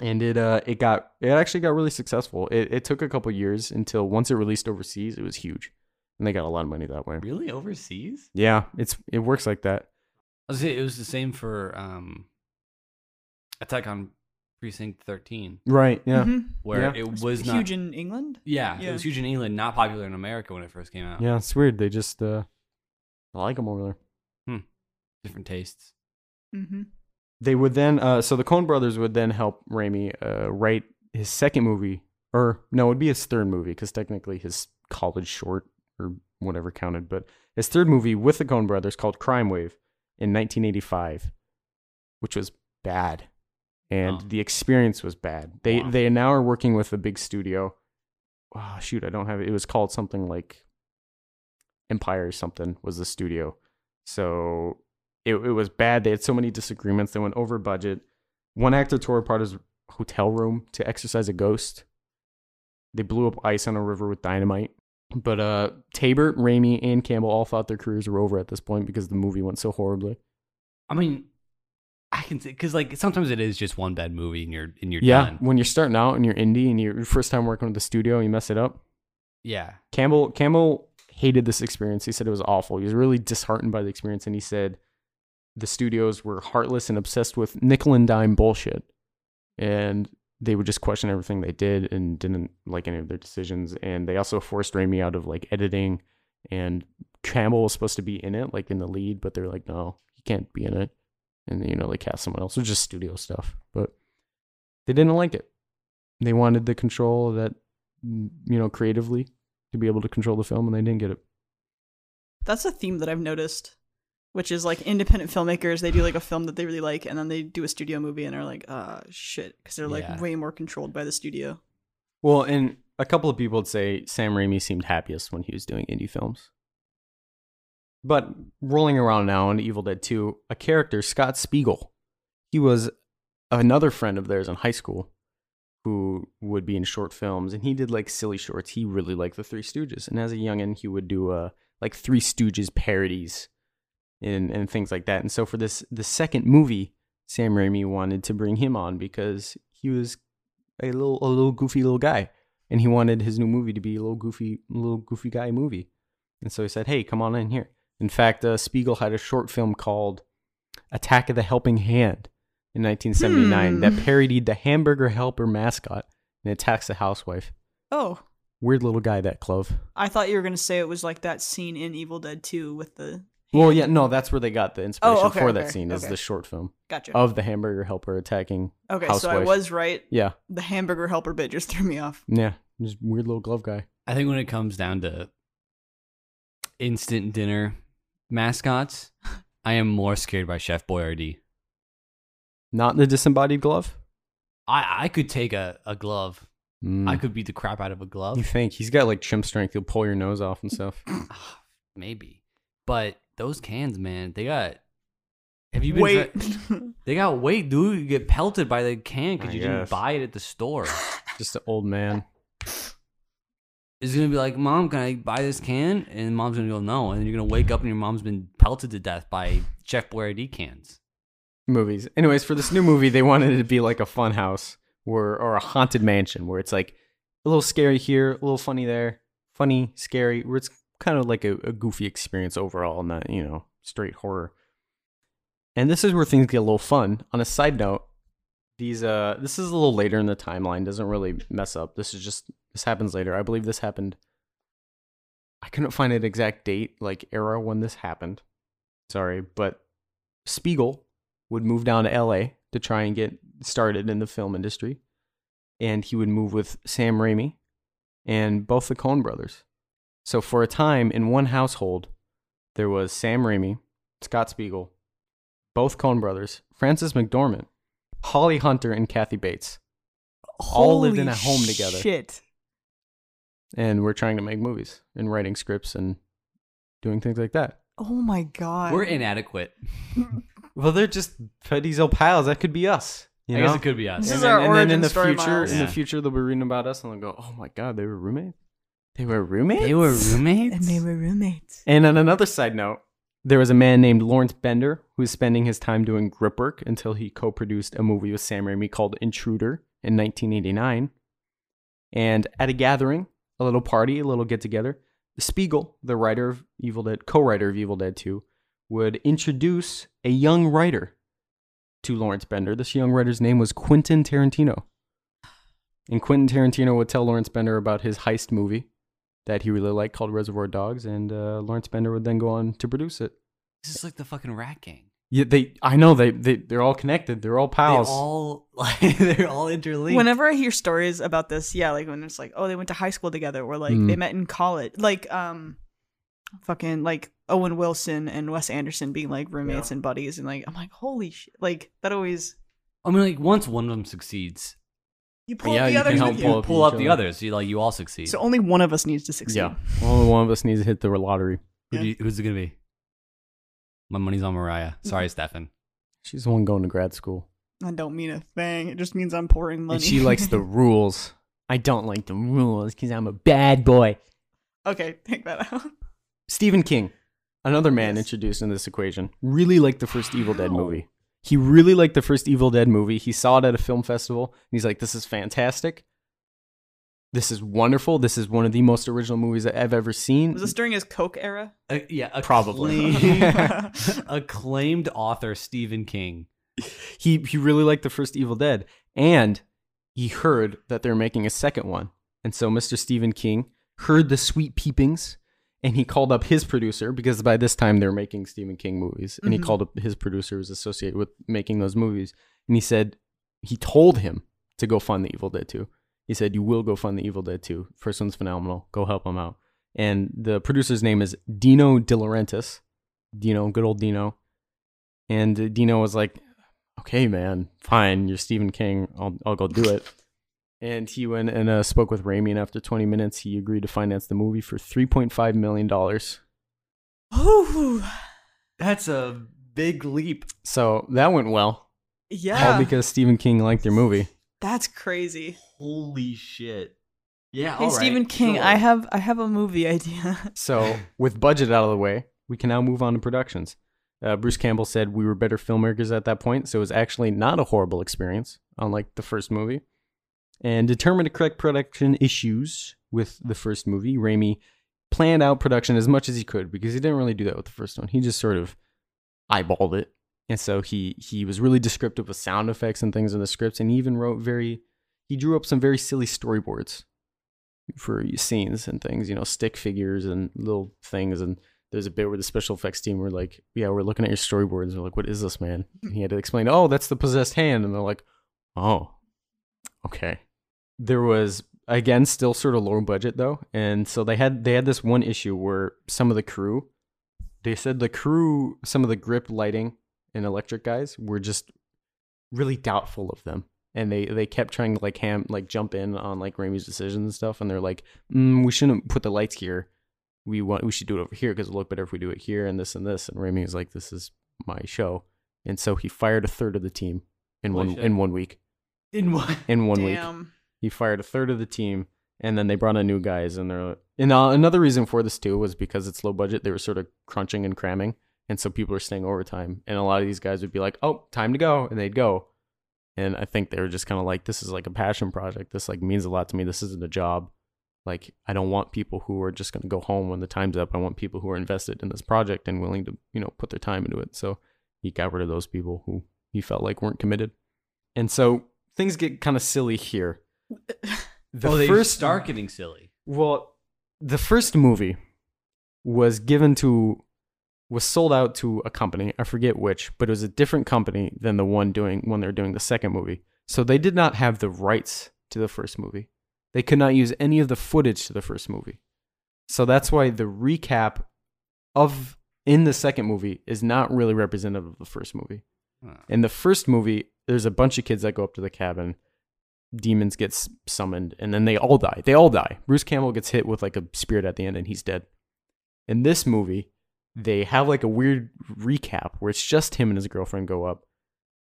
And it uh it got it actually got really successful. It it took a couple years until once it released overseas, it was huge. And they got a lot of money that way.
Really overseas?
Yeah, it's it works like that.
I was gonna say, it was the same for um, Attack on Precinct Thirteen,
Right, yeah.
Mhm.
where
Yeah.
it was,
It's
not
huge in England.
Yeah,
Yeah.
it was huge in England, not popular in America when it first came out.
Yeah, it's weird. They just uh I like them over there.
different tastes.
Mm-hmm.
they would then uh, so the Coen brothers would then help Raimi uh, write his second movie or no it would be his third movie because technically his college short or whatever counted but his third movie with the Coen brothers called Crime Wave in 1985 which was bad and
Oh.
the experience was bad they
Wow.
they now are working with a big studio oh shoot I don't have it it was called something like Empire something was the studio so it, it was bad. They had so many disagreements. They went over budget. One actor tore apart his hotel room to exercise a ghost. They blew up ice on a river with dynamite. But uh, Tabert, Raimi, and Campbell all thought their careers were over at this point because the movie went so horribly.
I mean, I can see because like sometimes it is just one bad movie and you're and you're
yeah,
done.
when you're starting out and you're indie and you're your first time working with the studio, you mess it up.
Yeah,
Campbell Campbell hated this experience. He said it was awful. He was really disheartened by the experience, and he said the studios were heartless and obsessed with nickel and dime bullshit, and they would just question everything they did and didn't like any of their decisions. And they also forced Raimi out of like editing, and Campbell was supposed to be in it, like in the lead, but they're like, no, he can't be in it. And you know they cast someone else. It was just studio stuff, but they didn't like it. They wanted the control of that, you know, creatively to be able to control the film, and they didn't get it.
That's a theme that I've noticed, which is like independent filmmakers. They do like a film that they really like, and then they do a studio movie, and are like, ah, shit, because they're like
Yeah.
way more controlled by the studio.
Well, and a couple of people would say Sam Raimi seemed happiest when he was doing indie films. But rolling around now in Evil Dead 2, a character, Scott Spiegel, he was another friend of theirs in high school who would be in short films and he did like silly shorts. He really liked the Three Stooges. And as a youngin', he would do uh, like Three Stooges parodies and, and things like that. And so for this the second movie, Sam Raimi wanted to bring him on because he was a little a little goofy little guy. And he wanted his new movie to be a little goofy little goofy guy movie. And so he said, Hey, come on in here. In fact, uh, Spiegel had a short film called Attack of the Helping Hand in 1979
Hmm.
that parodied the hamburger helper mascot and attacks the housewife.
Oh,
Weird little guy, that Clove.
I thought you were gonna say it was like that scene in Evil Dead 2 with the.
Well,
hand.
yeah, Oh, no, that's where they got the inspiration
okay,
for that
okay,
scene is
okay.
the short film
Gotcha.
of the hamburger helper attacking.
okay, so
Oh,
I
housewife.
was right.
Yeah,
The hamburger helper bit just threw me off.
yeah, just weird little glove guy.
I think when it comes down to instant dinner mascots, I am more scared by Chef Boyardee.
Not the disembodied glove.
I, I could take a, a glove.
Mm.
I could beat the crap out of a glove.
You think he's got like chimp strength? He'll pull your nose off and stuff.
Ah, Maybe. But those cans, man, they got. Have you been?
Wait.
try- they got weight, dude. You get pelted by the can
I
because you
guess.
didn't buy it at the store.
Just an old man.
It's gonna be like, mom, can I buy this can? And mom's gonna go, no. And then you're gonna wake up and your mom's been pelted to death by Chef Boyardee cans.
movies. Anyways, for this new movie, they wanted it to be like a fun house where, or a haunted mansion where it's like a little scary here, a little funny there, funny, scary, where it's kind of like a, a goofy experience overall, not, you know, straight horror. And this is where things get a little fun. On a side note, these uh this is a little later in the timeline, doesn't really mess up. This is just this happens later. I believe this happened I couldn't find an exact date, like era when this happened. Sorry, but Spiegel would move down to LA to try and get started in the film industry. And he would move with Sam Raimi and both the Coen brothers. So for a time in one household, there was Sam Raimi, Scott Spiegel, both Coen brothers, Francis McDormand, Holly Hunter, and Kathy Bates. All lived in
Holy
a home together.
Shit.
And we're trying to make movies and writing scripts and doing things like that.
Oh my god.
We're inadequate.
Well, they're just petty old pals. That could be us. You
I
know?
guess it could be us.
This
and
is
then,
our
and then in
origin
the
story,
future,
Miles.
in the
Yeah.
future, they'll be reading about us, and they'll go, "Oh my god, they were roommates. They were roommates.
They were
And
roommates.
they were roommates.
And on another side note, there was a man named Lawrence Bender who was spending his time doing grip work until he co-produced a movie with Sam Raimi called Intruder in 1989. And at a gathering, a little party, a little get-together, Spiegel, the writer of Evil Dead, co-writer of Evil Dead 2, would introduce a young writer to Lawrence Bender. This young writer's name was Quentin Tarantino. And Quentin Tarantino would tell Lawrence Bender about his heist movie that he really liked called Reservoir Dogs, and uh, Lawrence Bender would then go on to produce it.
This is like the fucking rat gang.
Yeah, they. I know they. They. They're all connected. They're all pals.
They all like they're all interlinked.
Whenever I hear stories about this, yeah, like when it's like, oh, they went to high school together, or like
Mm.
they met in college, like um, fucking like Owen Wilson and Wes Anderson being like roommates and buddies, and like I'm like, holy shit, like that always
I mean, like once one of them succeeds,
you pull
Yeah,
up the
you can
others
help
with
pull,
you.
up
pull
each
up the
other.
others. You like you all succeed.
So only one of us needs to succeed.
yeah. Only one of us needs to hit the lottery.
Who do you, who's it gonna be? My money's on Mariah.
Mm-hmm.
Sorry, Stefan.
She's the one going to grad school,
I don't mean a thing. It just means I'm pouring money.
and she likes the rules. I don't like the rules because I'm a bad boy.
okay, take that out.
Stephen King, another man
Yes.
introduced in this equation, really liked the first Evil Dead
How?
movie. He really liked the first Evil Dead movie. He saw it at a film festival and he's like, this is fantastic. This is wonderful. This is one of the most original movies that I've ever seen.
Was this during his Coke era?
Uh, yeah,
Probably.
acclaimed- acclaimed author Stephen King.
he, he really liked the first Evil Dead and he heard that they're making a second one. And so Mr. Stephen King heard the sweet peepings and he called up his producer because by this time they're making Stephen King movies. And
Mhm.
he called up his producer who was associated with making those movies. And he said, he told him to go fund the Evil Dead 2. He said, You will go fund the Evil Dead 2. First one's phenomenal. Go help him out. And the producer's name is Dino De Laurentiis. Dino, good old Dino. And uh, Dino was like, Okay, man, fine. You're Stephen King. I'll, I'll go do it. And he went and uh, spoke with Raimi, and after 20 minutes, he agreed to finance the movie for $3.5 million.
Ooh,
That's a big leap.
So that went well.
yeah,
All because Stephen King liked your movie.
that's crazy.
Holy shit. Yeah.
Hey,
all right,
Stephen King,
sure.
I have I have a movie idea.
So with budget out of the way, we can now move on to productions. Uh, Bruce Campbell said we were better filmmakers at that point, so it was actually not a horrible experience, unlike the first movie. And determined to correct production issues with the first movie, Raimi planned out production as much as he could because he didn't really do that with the first one. He just sort of eyeballed it. And so he he was really descriptive with sound effects and things in the scripts, and he even wrote very he drew up some very silly storyboards for scenes and things, you know, stick figures and little things. And there's a bit where the special effects team were like, Yeah, we're looking at your storyboards. And we're like, What is this, man? And he had to explain, Oh, that's the possessed hand. And they're like, Oh, okay. There was, again, still sort of low budget though. And so they had, they had this one issue where some of the crew, they said the crew, some of the grip lighting and electric guys were just really doubtful of them. And they, they kept trying to like ham like jump in on like Raimi's decisions and stuff, and they're like, mm, we shouldn't put the lights here. We want we should do it over here because it'll look better if we do it here and this and this. And Raimi was like, this is my show, and so he fired a third of the team in
Holy
one
shit.
in one week.
In what?
In one week,
Damn.
he fired a third of the team, and then they brought on new guys. And they're and uh, another reason for this too was because it's low budget. They were sort of crunching and cramming, and so people are staying overtime. And a lot of these guys would be like, "Oh, time to go," and they'd go. And I think they were just kind of like, "This is like a passion project. This like means a lot to me. This isn't a job. Like I don't want people who are just going to go home when the time's up. I want people who are invested in this project and willing to you know put their time into it." So he got rid of those people who he felt like weren't committed. And so things get kind of silly here. The
oh, they
first
start getting silly.
well, the first movie was given to was sold out to a company. I forget which, but it was a different company than the one doing when they were doing the second movie. So they did not have the rights to the first movie. They could not use any of the footage to the first movie. So that's why the recap of in the second movie is not really representative of the first movie.
Huh.
In the first movie, there's a bunch of kids that go up to the cabin. Demons get s- summoned, and then they all die. They all die. Bruce Campbell gets hit with like a spirit at the end, and he's dead. In this movie, they have like a weird recap where it's just him and his girlfriend go up.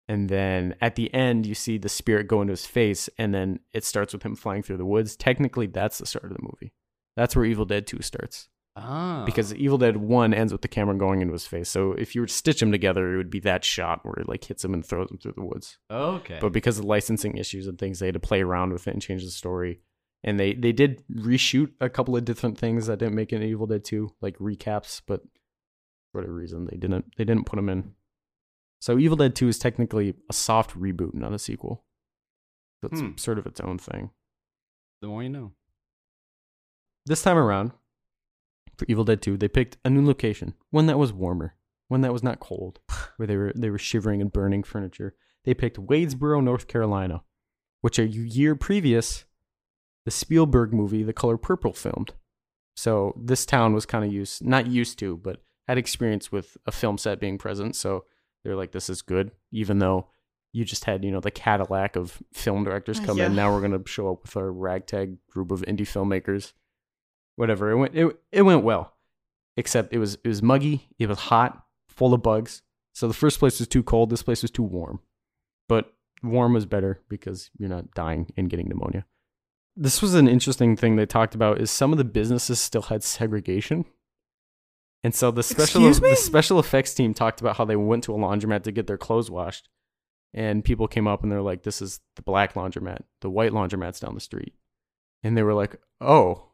And then at the end, you see the spirit go into his face, and then it starts with him flying through the woods. Technically, that's the start of the movie. That's where Evil Dead 2 starts
Ah.
because Evil Dead One ends with the camera going into his face. So if you were to stitch them together, it would be that shot where it like hits him and throws him through the woods.
okay.
But because of licensing issues and things, they had to play around with it and change the story. And they they did reshoot a couple of different things that didn't make it in Evil Dead Two, like recaps. But for whatever reason, they didn't they didn't put them in. So Evil Dead Two is technically a soft reboot, not a sequel. So it's
Hmm.
sort of its own thing.
the more you know.
This time around, for Evil Dead 2, they picked a new location, one that was warmer, one that was not cold, where they were they were shivering and burning furniture. They picked Wadesboro, North Carolina, which a year previous, the Spielberg movie The Color Purple filmed. So this town was kind of used not used to, but had experience with a film set being present, so they're like this is good even though you just had, you know, the Cadillac of film directors
Uh,
come in.
yeah.
Now we're going to show up with our ragtag group of indie filmmakers whatever. It went it, it went well. Except it was it was muggy, it was hot, full of bugs. So the first place was too cold, this place was too warm. But warm was better because you're not dying and getting pneumonia. This was an interesting thing they talked about is some of the businesses still had segregation. And so the special
Excuse me?
the special effects team talked about how they went to a laundromat to get their clothes washed and people came up and they're like this is the black laundromat, the white laundromat's down the street. And they were like, "Oh,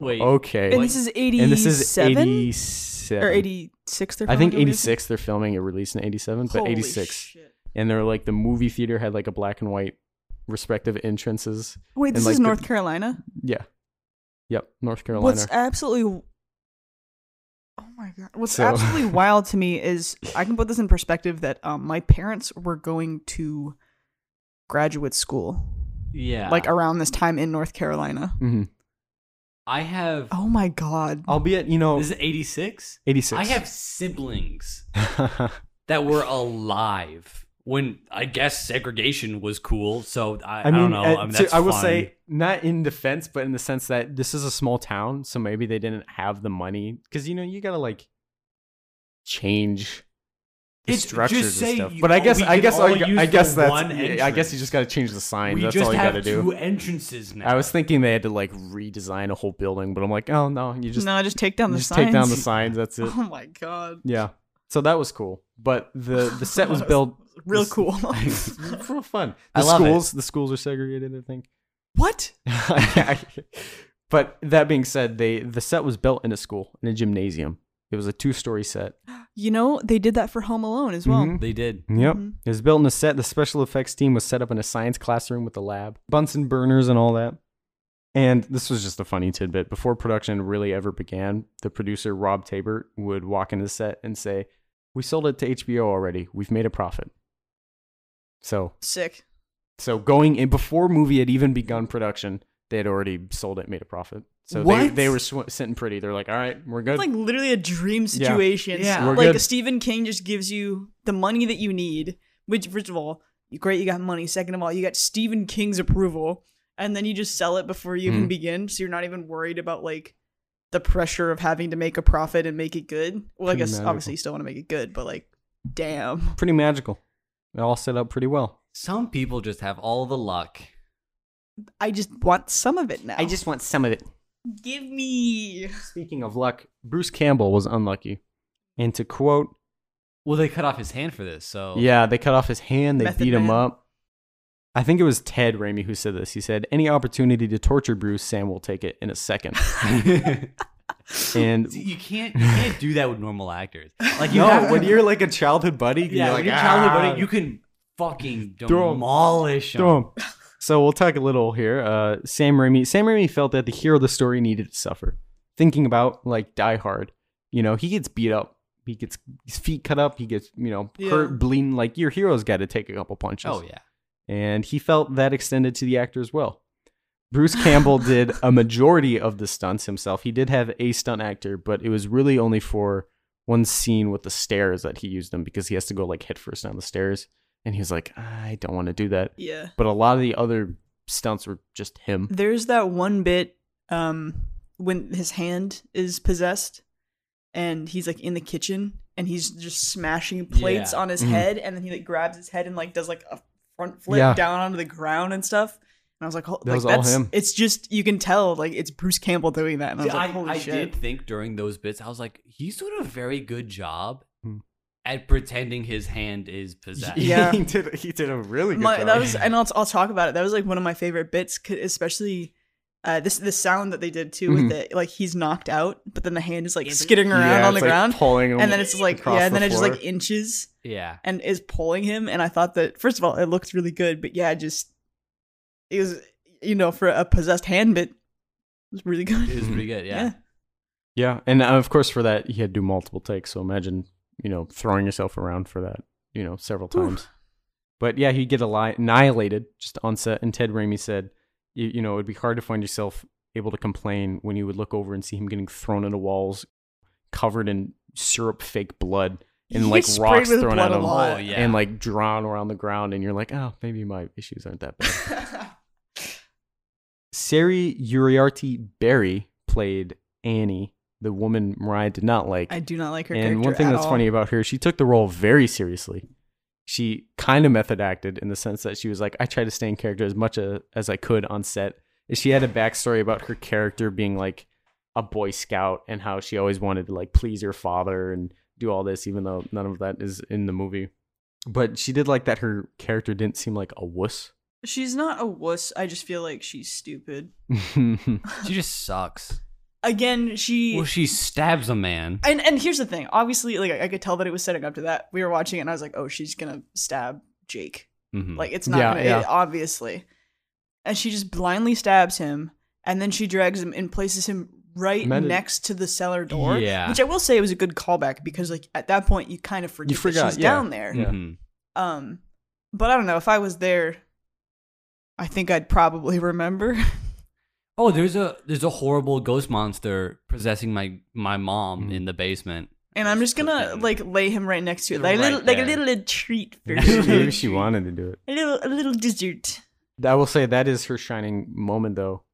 Wait.
Okay.
And this is eighty-seven
And this is 87
or eighty-six. They're
I think
filming it,
86 they're filming it released in 87, but
Holy
86.
shit.
And they're like the movie theater had like a black and white respective entrances.
Wait,
And,
this
like,
is
the-
North Carolina?
Yeah. Yep, North Carolina.
What's absolutely Oh my god. What's
So-
absolutely wild to me is I can put this in perspective that um my parents were going to graduate school
Yeah.
like around this time in North Carolina.
hmm
I have.
Oh my god.
Albeit, you know,
This is 86?
86.
I have siblings
have
that were alive when I guess segregation was cool. So I, I,
I mean,
don't know.
uh,
I, mean,
to-
that's
I will
fun.
say not in defense, but in the sense that this is a small town, so maybe they didn't have the money because you know you gotta like change the
It's- just
structures and
say
stuff.
you-
But I guess
we
I
can
guess
all
I, I
use
guess
the
that's
one
yeah, I guess
entrance.
you just got to change the signs.
we
that's
just
all you got
have
to
two
do.
entrances now.
I was thinking they had to like redesign a whole building, but I'm like, oh no, you just,
no, just take down
you
the
just
signs.
take down the signs. That's it.
Oh my god.
Yeah. So that was cool. But the the set was built
Real
This-
cool.
It's real fun.
I
The
love it.
schools, the schools are segregated. I think.
what?
I can't- but that being said, they the set was built in a school in a gymnasium. It was a two story set.
You know, they did that for Home Alone as well.
Mhm.
They did.
Yep.
Mhm.
It was built in a set. The special effects team was set up in a science classroom with a lab, Bunsen burners, and all that. And this was just a funny tidbit. Before production really ever began, the producer Rob Tabert would walk into the set and say, "We sold it to HBO already. We've made a profit." So
Sick.
So going in before movie had even begun production, they had already sold it, made a profit. So they,
What?
they were sw- sitting pretty. They're like, all right, we're good.
It's like literally a dream
Yeah.
situation.
Yeah.
We're
Like
good.
Stephen King just gives you the money that you need, which first of all, great you got money. Second of all, you got Stephen King's approval. And then you just sell it before you even
Mhm.
begin. So you're not even worried about like the pressure of having to make a profit and make it good. Well, I
Pretty
guess
magical.
obviously you still want to make it good, but like, damn.
pretty magical. It all set up pretty well.
Some people just have all the luck.
I just want some of it now.
want some of it.
give me
Speaking of luck, Bruce Campbell was unlucky. And to quote,
Well, they cut off his hand for this, so
yeah, they cut off his hand, they
Method
beat him
Man.
up. I think it was Ted Raimi who said this. He said, Any opportunity to torture Bruce, Sam will take it in a second. And
See, you can't you can't do that with normal actors. Like you have
no,
to-
when you're like a childhood buddy,
yeah,
you're
when
like,
you're childhood
"Ah."
buddy, you can fucking
Throw 'em.
demolish 'em.
Throw 'em. So we'll talk a little here. Uh, Sam Raimi. Sam Raimi felt that the hero of the story needed to suffer. Thinking about like Die Hard, you know, he gets beat up, he gets his feet cut up, he gets you know
Yeah.
hurt, bleeding. Like your hero's got to take a couple punches.
Oh yeah.
And he felt that extended to the actor as well. Bruce Campbell did a majority of the stunts himself. He did have a stunt actor, but it was really only for one scene with the stairs that he used them because he has to go like head first down the stairs. And he was like, I don't want to do that
yeah.
but a lot of the other stunts were just him.
There's that one bit um when his hand is possessed and he's like in the kitchen and he's just smashing plates
Yeah.
on his
Mhm.
head and then he like grabs his head and like does like a front flip
Yeah.
down onto the ground and stuff. And I was like, oh,
That
like
was all
that's
him.
it's just you can tell like it's Bruce Campbell doing that. And I was
See,
like,
I,
holy
I
shit.
did think during those bits, I was like, he's doing a very good job
Hmm.
at pretending his hand is possessed.
Yeah.
he did. He did a really good
my,
job.
that was and I'll, I'll talk about it that was like one of my favorite bits 'cause especially uh, this the sound that they did too
Mhm.
with it like he's knocked out but then the hand is like
It's-
skidding around
Yeah,
on the
it's, like,
ground
pulling him
and then it's like
across
yeah and
the
then it's just
floor.
like inches
Yeah.
and is pulling him and I thought that first of all it looked really good but yeah just it was you know for a possessed hand bit it was really good
It was pretty good. Yeah.
yeah, and uh, of course for that he had to do multiple takes. So imagine you know throwing yourself around for that you know several
Oof.
times. But yeah, he'd get ali- annihilated just on set. And Ted Raimi said, you, you know, it'd be hard to find yourself able to complain when you would look over and see him getting thrown into walls, covered in syrup, fake blood, and
You
like
get sprayed
rocks
with
thrown
blood
at
a
him.
lot.
Oh, yeah.
and like drawn around the ground and you're like oh maybe my issues aren't that bad sari uriarte berry played annie the woman mariah did not like
I do not like her
and
character
one thing
at
that's
all.
funny about her she took the role very seriously she kind of method acted in the sense that she was like i tried to stay in character as much a, as i could on set And she had a backstory about her character being like a boy scout and how she always wanted to like please her father and do all this even though none of that is in the movie but she did like that her character didn't seem like a wuss
she's not a wuss I just feel like she's stupid
She just sucks.
again she
Well, she stabs a man.
And and here's the thing. Obviously, like I I could tell that it was setting up to that. We were watching it, and I was like, "Oh, she's gonna stab Jake.
Mhm.
Like it's not
Yeah,
gonna
yeah.
it- obviously." And she just blindly stabs him, and then she drags him and places him right
Meta-
next to the cellar door.
Yeah.
Which I will say was a good callback because like at that point you kind of forget
You
that
forgot,
she's
yeah. Mm.
down there.
Yeah.
Mhm.
Um, but I don't know if I was there. I think I'd probably remember.
Oh, there's a there's a horrible ghost monster possessing my my mom
Mhm.
in the basement.
And I'm just gonna
Okay.
like lay him right next to it,
You're
like a
right
little, like a
there.
little treat for
maybe
you.
she wanted to do it
a little, a little dessert.
I will say that is her shining moment though,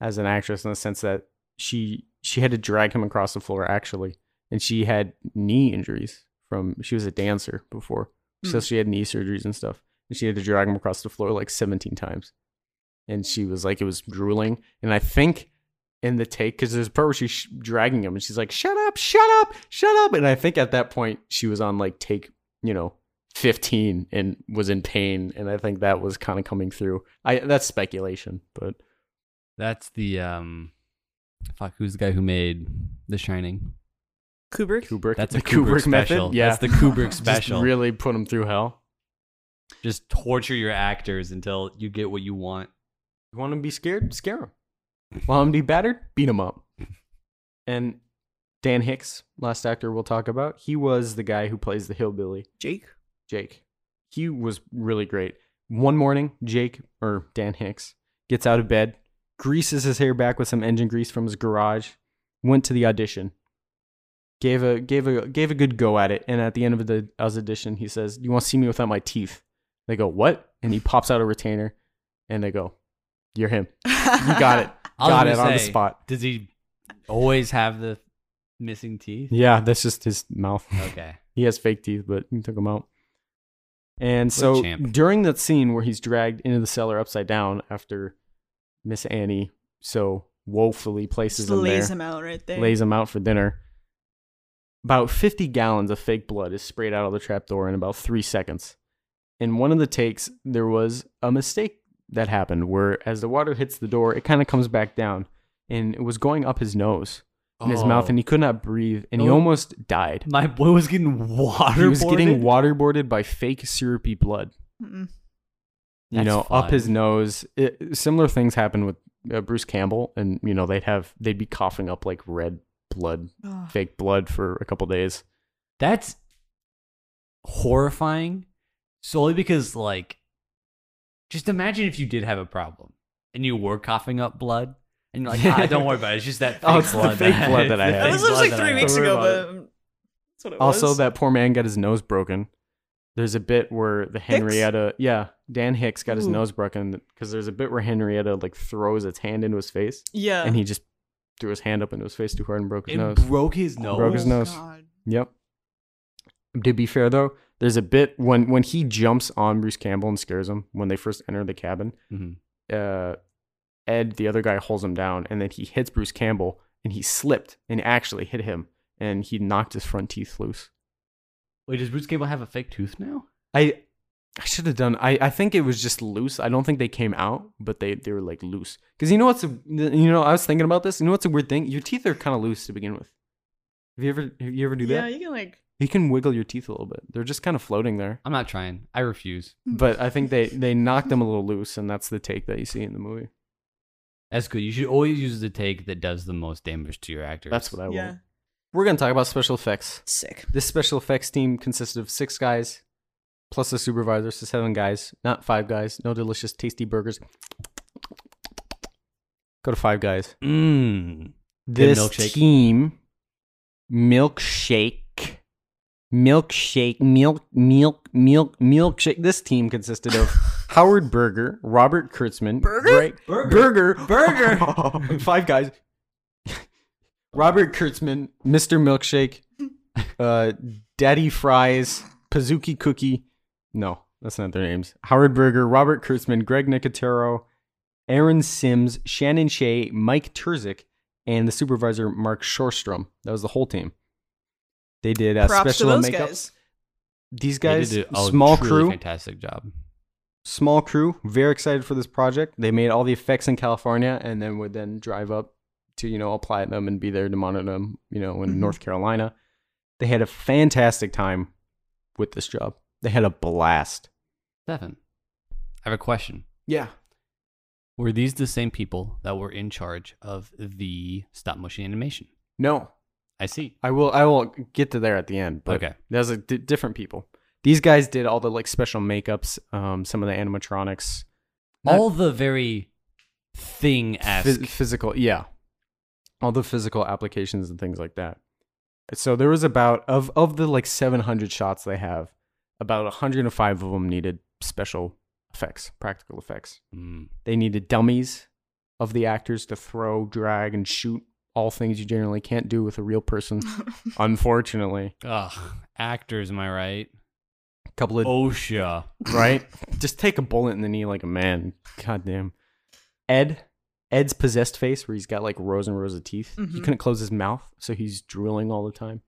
as an actress in the sense that she she had to drag him across the floor actually and she had knee injuries from she was a dancer before, so she had knee surgeries and stuff, and she had to drag him across the floor like 17 times, and she was like it was drooling, and I think in the take because there's a part where she's sh- dragging him and she's like shut up, shut up, shut up, and I think at that point she was on like take you know 15 and was in pain and i think that was kind of coming through i that's speculation but
That's the um, fuck. Who's the guy who made The Shining?
Kubrick.
kubrick
That's
the
a Kubrick, special.
yeah
that's the Kubrick
Just
special. Just,
really put him through hell
torture your actors until you get what you want.
you want him to be scared scare him want him to be battered beat him up and dan hicks last actor we'll talk about he was the guy who plays the hillbilly
Jake.
Jake. He was really great. One morning, Jake or Dan Hicks gets out of bed, greases his hair back with some engine grease from his garage, went to the audition, gave a gave a gave a good go at it, and at the end of the his audition, he says, "You want to see me without my teeth?" They go, "What?" And he pops out a retainer, and they go, "You're him. You got it.
I was
got it
gonna
on the
say,
spot."
Does he always have the missing teeth?
Yeah, that's just his mouth.
Okay.
He has fake teeth, but he took them out. And
a
so
champ.
during that scene where he's dragged into the cellar upside down after Miss Annie so woefully places
Just
him
lays
there,
him out right there.
lays him out for dinner, about 50 gallons of fake blood is sprayed out of the trapdoor in about three seconds. In one of the takes, there was a mistake that happened where as the water hits the door, it kind of comes back down and it was going up his nose in his
Oh.
mouth and he could not breathe and he
Oh.
almost died.
My boy was getting water.
He was getting waterboarded by fake syrupy blood.
Mm-mm.
You know, up his nose. It, similar things happen with uh, Bruce Campbell, and you know they'd have they'd be coughing up like red blood,
Ugh.
fake blood for a couple days.
That's horrifying. Solely because, like, just imagine if you did have a problem and you were coughing up blood, and you're like, ah, don't worry about it. It's just that fake
Oh, it's the
blood.
fake blood
it's
that I
the
had.
That
fake
was,
Blood
like
that
three
I
weeks
had."
Don't worry
ago,
about
but um, that's what it was.
Also, that poor man got his nose broken. There's a bit where the Henrietta, yeah, Dan Hicks got his
Ooh.
nose broken because there's a bit where Henrietta like throws its hand into his face,
yeah.
and he just threw his hand up into his face too hard and broke his
It
nose.
broke his nose.
broke his
Oh,
nose.
God.
Yep. To be fair though, there's a bit when when he jumps on Bruce Campbell and scares him when they first enter the cabin.
Mhm.
Uh, Ed, the other guy, holds him down, and then he hits Bruce Campbell, and he slipped and actually hit him, and he knocked his front teeth loose.
Wait, does Bruce Campbell have a fake tooth now?
I I should have done. I I think it was just loose. I don't think they came out, but they they were like loose. Because you know what's a, you know I was thinking about this. You know what's a weird thing? Your teeth are kind of loose to begin with. Have you ever have you ever do
yeah,
that?
you can like.
You can wiggle your teeth a little bit. They're just kind of floating there.
I'm not trying. I refuse.
but I think they they knocked him a little loose, and that's the take that you see in the movie.
That's good. You should always use the take that does the most damage to your actors.
That's what I want.
Yeah.
We're gonna talk about special effects.
Sick.
This special effects team consisted of six guys, plus a supervisor, so seven guys, not five guys. No delicious, tasty burgers. Go to five guys.
Mmm.
This
milkshake.
team, milkshake, milkshake, milk, milk, milk, milkshake. This team consisted of Howard Berger, Robert Kurtzman,
Berger?
Greg- Burger.
Burger. Burger.
Five guys. Robert Kurtzman, Mr. Milkshake, uh, Daddy Fries, Pazuki Cookie. No, that's not their names. Howard Berger, Robert Kurtzman, Greg Nicotero, Aaron Sims, Shannon Shea, Mike Terzik, and the supervisor, Mark Shorstrom. That was the whole team. They did uh,
Props to
special
those
makeup.
guys.
These
They
guys,
did a
small
truly
crew
Fantastic job.
small crew, very excited for this project. They made all the effects in California and then would then drive up to, you know, apply them and be there to monitor them, you know, in
Mhm.
North Carolina. They had a fantastic time with this job. They had a blast.
Stefan, I have a question.
Yeah.
Were these the same people that were in charge of the stop motion animation?
No,
I see.
I will I will get to there at the end, but
Okay.
there's a di different people. These guys did all the like special makeups, um, some of the animatronics, Not-
All the very thing
phys-
esque.
physical yeah all the physical applications and things like that so there was about of of the like 700 shots they have about 105 of them needed special effects practical effects
Mm.
they needed dummies of the actors to throw drag and shoot all things you generally can't do with a real person, unfortunately.
Ugh, actors, am I right?
A couple
Oh,
of
OSHA.
right? Just take a bullet in the knee like a man. God damn. Ed, Ed's possessed face where he's got like rows and rows of teeth. He
Mhm.
couldn't close his mouth, so he's drooling all the time.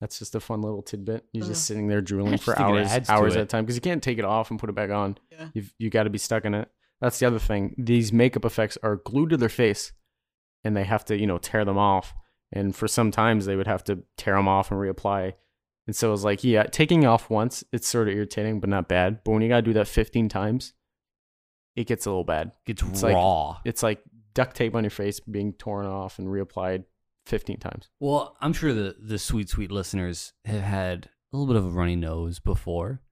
That's just a fun little tidbit. He's
Ugh.
just sitting there drooling
Just
for
think it
hours,
adds to
hours
it.
at a time because you can't take it off and put it back on.
Yeah.
You've, you got to be stuck in it. That's the other thing. These makeup effects are glued to their face, and they have to you know tear them off. And for some times they would have to tear them off and reapply. And so it was like, yeah, taking off once, it's sort of irritating, but not bad. But when you got to do that 15 times, it gets a little bad.
Gets
It's like-
raw.
It's like duct tape on your face being torn off and reapplied 15 times.
well, I'm sure the, the sweet, sweet listeners have had a little bit of a runny nose before.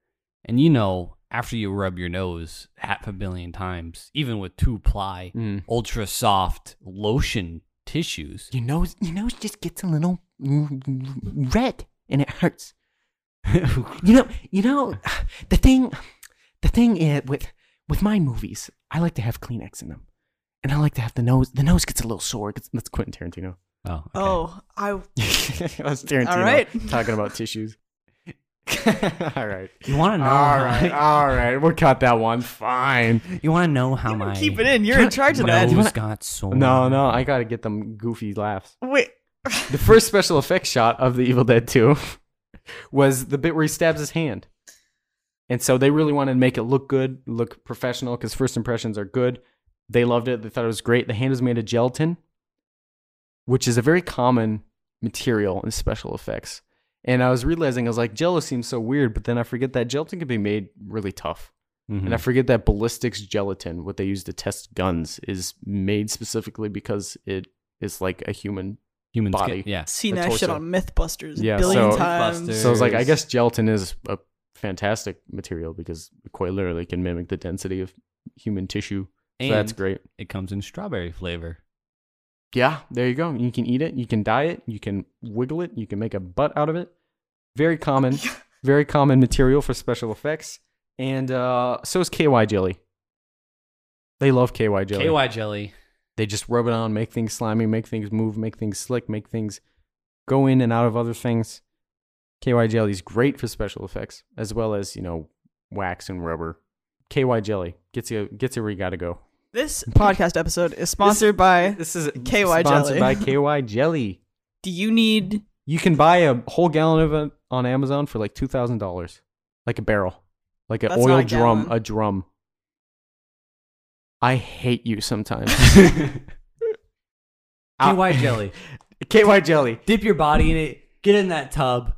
And you know, after you rub your nose half a billion times, even with two ply, ultra soft lotion tissues,
Your nose, your nose just gets a little red and it hurts. You know, you know, the thing, the thing is with with my movies, I like to have Kleenex in them, and I like to have the nose. The nose gets a little sore. That's Quentin Tarantino.
Oh, okay.
Oh, I
that was Tarantino
All right.
talking about tissues. all right.
you want to know?
All right.
how,
All right. We'll cut that one. Fine.
you want to know how
you
my
keep it in. You're in charge of
nose
that.
Do you wanna-
got sore?
No, no. I got to get them goofy laughs.
Wait.
The first special effects shot of The Evil Dead 2 was the bit where he stabs his hand. And so they really wanted to make it look good, look professional, because first impressions are good. They loved it. They thought it was great. The hand was made of gelatin, which is a very common material in special effects. And I was realizing, I was like, jello seems so weird, but then I forget that gelatin can be made really tough.
Mhm.
And I forget that ballistics gelatin, what they use to test guns, is made specifically because it is like a human.
Human
body.
Skin. Yeah.
Seen
Or
that shit
torso.
on MythBusters
Yeah,
a billion
so-
times.
So I was like, I
There's-
guess gelatin is a fantastic material because it quite literally can mimic the density of human tissue. So
And
that's great.
It comes in strawberry flavor.
Yeah, there you go. You can eat it, you can dye it, you can wiggle it, you can make a butt out of it. Very common, very common material for special effects. And uh, so is KY jelly. They love KY jelly.
KY jelly.
They just rub it on, make things slimy, make things move, make things slick, make things go in and out of other things. KY jelly is great for special effects, as well as you know wax and rubber. KY jelly gets you gets you where you gotta go.
This podcast episode is sponsored by.
This is
KY
sponsored
jelly.
by KY jelly.
Do you need?
You can buy a whole gallon of it on Amazon for like two thousand dollars, like a barrel, like an
That's
oil
not a
drum,
gallon.
a drum. I hate you sometimes.
KY jelly.
KY jelly.
Dip your body in it. Get in that tub.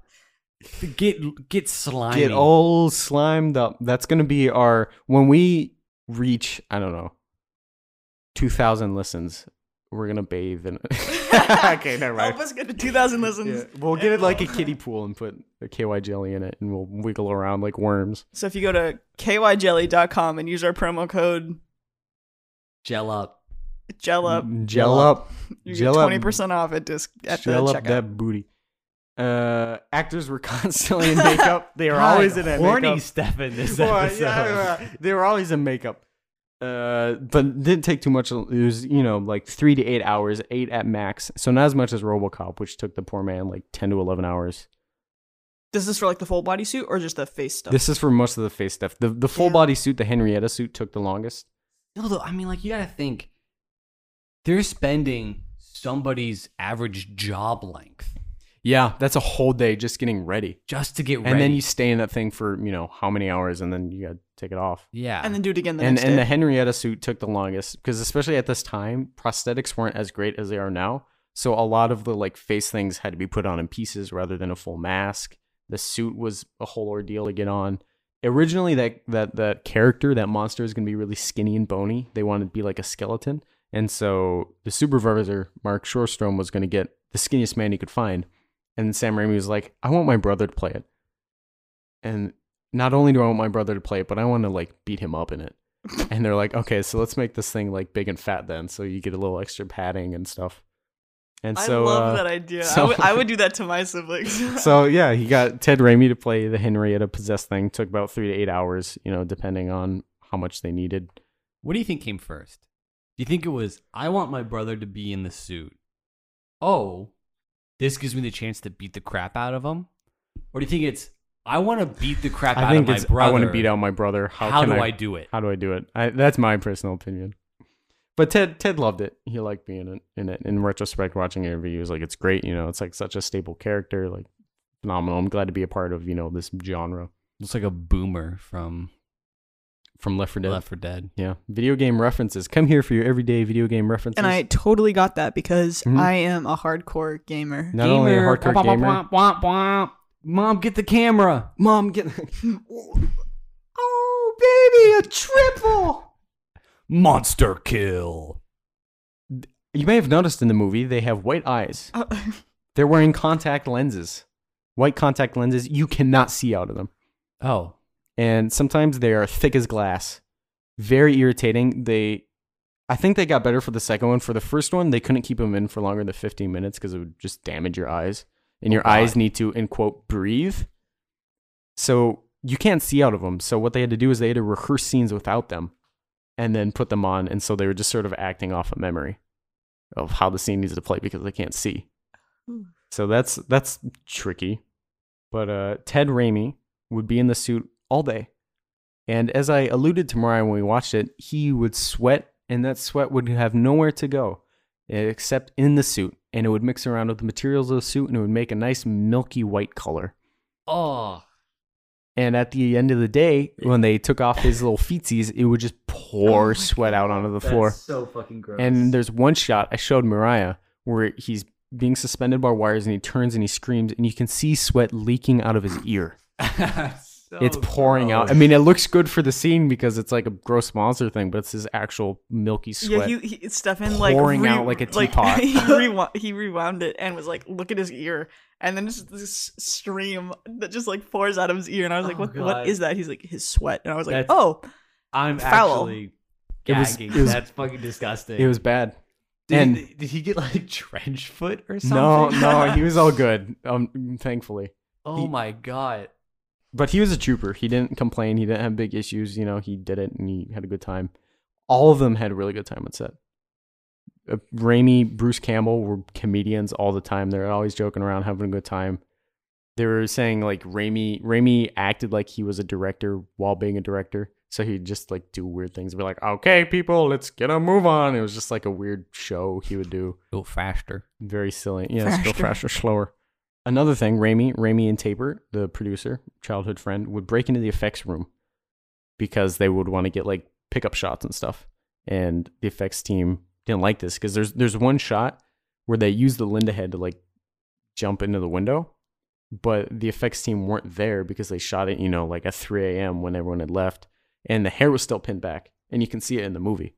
Get get slimy.
get all slimed up. That's gonna be our when we reach I don't know two thousand listens. We're gonna bathe in. okay, never mind.
Help us get to 2,000 listens.
Yeah, we'll get it like a kiddie pool and put the KY jelly in it, and we'll wiggle around like worms.
So if you go to kyjelly.com and use our promo code
gel up.
JELLUP,
gel up,
you
Jell
get
up.
20% off at, disc- at the
gel up
checkout.
that booty. Uh, actors were constantly in makeup. They are
God,
always in that
horny
makeup.
Stefan this
Well,
episode.
yeah, yeah, they were always in makeup. Uh, but didn't take too much. It was you know like three to eight hours, eight at max. So not as much as RoboCop, which took the poor man like ten to eleven hours.
This is for like the full body suit or just the face stuff?
This is for most of the face stuff. The the full
Yeah.
body suit, the Henrietta suit, took the longest.
No, though, I mean, like, you gotta think they're spending somebody's average job length
Yeah, that's a whole day just getting ready,
just to get ready.
and then you stay in that thing for you know how many hours, and then you gotta take it off.
yeah,
and then do it again the
and
next
and
day.
the Henrietta suit took the longest because especially at this time, prosthetics weren't as great as they are now. So a lot of the like face things had to be put on in pieces rather than a full mask. The suit was a whole ordeal to get on. Originally, that that that character, that monster, is going to be really skinny and bony. They wanted to be like a skeleton, and so the supervisor Mark Shorstrom was going to get the skinniest man he could find. And Sam Raimi was like, "I want my brother to play it." And not only do I want my brother to play it, but I want to like beat him up in it. And they're like, okay, so let's make this thing like big and fat then, so you get a little extra padding and stuff. And so,
I love
uh,
that idea. I
so-
would- I would do that to my siblings.
so yeah, he got Ted Raimi to play the Henrietta possessed thing. Took about three to eight hours, you know, depending on how much they needed.
what do you think came first? Do you think it was I want my brother to be in the suit, oh, this gives me the chance to beat the crap out of him? Or do you think it's, I want to beat the crap
I
out of
think
my
it's.
brother.
I want to beat out my brother. How,
How,
can
do
I,
I, do it?
How do I do it? I, that's my personal opinion. But Ted Ted loved it. He liked being in, in it. In retrospect, watching every he was like, it's great. You know, it's like such a staple character, like phenomenal. I'm glad to be a part of you know this genre
Looks like a boomer from
from Left 4 Dead.
Left 4 Dead.
Yeah, video game references. Come here for your everyday video game references.
And I totally got that because
Mhm.
I am a hardcore gamer.
not only a hardcore
Womp,
gamer.
womp, womp, womp. Mom, get the camera.
Mom, get. oh, baby, a triple.
Monster kill.
You may have noticed in the movie they have white eyes.
Uh,
They're wearing contact lenses, white contact lenses. You cannot see out of them,
Oh,
and sometimes they are thick as glass. Very irritating. They, I think they got better for the second one. For the first one, they couldn't keep them in for longer than 15 minutes because it would just damage your eyes, and
Oh,
your
God.
eyes need to, in quote, breathe. So you can't see out of them. So what they had to do is they had to rehearse scenes without them, and then put them on. And so they were just sort of acting off a memory of how the scene needs to play because they can't see.
Ooh.
So that's that's tricky. But uh, Ted Raimi would be in the suit all day, and as I alluded to Mariah when we watched it, he would sweat, and that sweat would have nowhere to go except in the suit, and it would mix around with the materials of the suit, and it would make a nice milky white color.
oh,
And at the end of the day, when they took off his little feetsies, it would just pour sweat out onto the floor.
so fucking gross.
And there's one shot I showed Mariah where he's being suspended by wires and he turns and he screams and you can see sweat leaking out of his ear.
So
it's pouring out. I
gross.
mean, it looks good for the scene because it's like a gross monster thing, but it's his actual milky
yeah,
sweat.
he, he Stefan like
Pouring out like a teapot.
he, rewound, he rewound it and was like, "Look at his ear," and then just this stream that just like pours out of his ear, and I was like,
Oh,
"What?
God.
What is that?" He's like, "His sweat," and I was like,
That's-
"Oh,
I'm
foul.
actually
It was-
gagging.
it was-
That's fucking disgusting.
it was bad.
did,
and-
he, did he get like trench foot or
No,
something?
no, he was all good, um, thankfully.
oh
he-
my god.
But he was a trooper. He didn't complain. He didn't have big issues. You know, he did it and he had a good time. All of them had a really good time on set. Uh, Raimi, Bruce Campbell were comedians all the time. They're always joking around, having a good time. They were saying like Raimi, Raimi acted like he was a director while being a director. So he'd just like do weird things. Be like, okay, people, let's get a move on. It was just like a weird show he would do.
Go faster.
Very silly. Yeah, let's go
Faster.
faster, slower. Another thing, Raimi, Raimi and Taper, the producer, childhood friend, would break into the effects room because they would want to get like pickup shots and stuff. And the effects team didn't like this because there's there's one shot where they use the Linda head to like jump into the window, but the effects team weren't there because they shot it, you know, like at 3 a.m. when everyone had left, and the hair was still pinned back, and you can see it in the movie.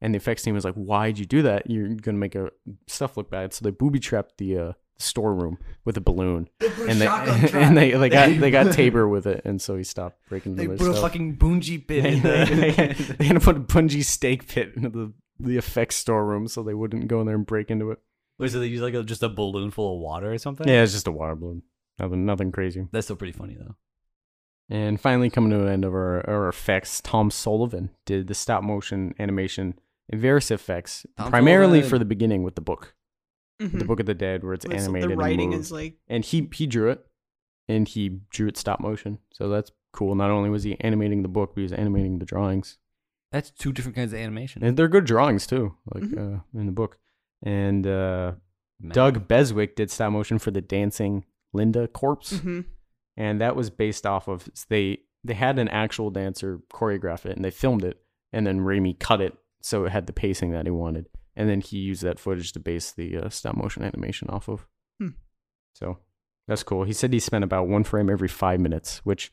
And the effects team was like, "Why'd you do that? You're gonna make a stuff look bad." So they booby trapped the uh, storeroom with a balloon, and they and they, they got they got Tabor with it, and so he stopped breaking
They
the
put
stuff.
a fucking bungee pit
they,
in
they,
there.
they had to put a bungee steak pit into the the effects storeroom so they wouldn't go in there and break into it.
Wait, so they use like a, just a balloon full of water or something?
Yeah, it's just a water balloon. Nothing, nothing crazy.
That's still pretty funny though.
And finally, coming to an end of our, our effects, Tom Sullivan did the stop motion animation and various effects,
Tom
primarily
Sullivan.
for the beginning with the book,
Mhm.
the Book of the Dead, where it's
It's-
animated.
the writing
and,
is like
and he he drew it, and he drew it stop motion. So that's cool. Not only was he animating the book, but he was animating the drawings.
That's two different kinds of animation.
And they're good drawings too, like
Mhm.
uh, in the book. And uh,
Man.
Doug Beswick did stop motion for the dancing Linda corpse.
mhm.
and that was based off of they they had an actual dancer choreograph it and they filmed it and then Raimi cut it so it had the pacing that he wanted and then he used that footage to base the uh, stop motion animation off of
Hmm.
so that's cool he said he spent about one frame every five minutes which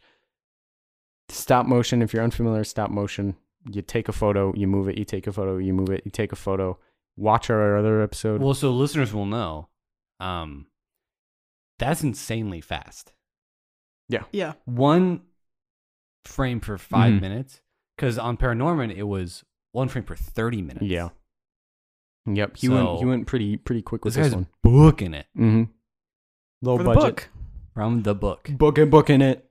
stop motion if you're unfamiliar with stop motion you take a photo you move it you take a photo you move it you take a photo watch our other episode
Well, so listeners will know. Um, that's insanely fast.
yeah.
One frame per 5
Mhm.
minutes. Because on Paranorman, it was one frame per thirty minutes.
yeah yep he went he
So-
went pretty pretty quick with
this
this,
guy's
one
booking it
mm-hmm low
For the
budget
book,
from the book.
booking booking it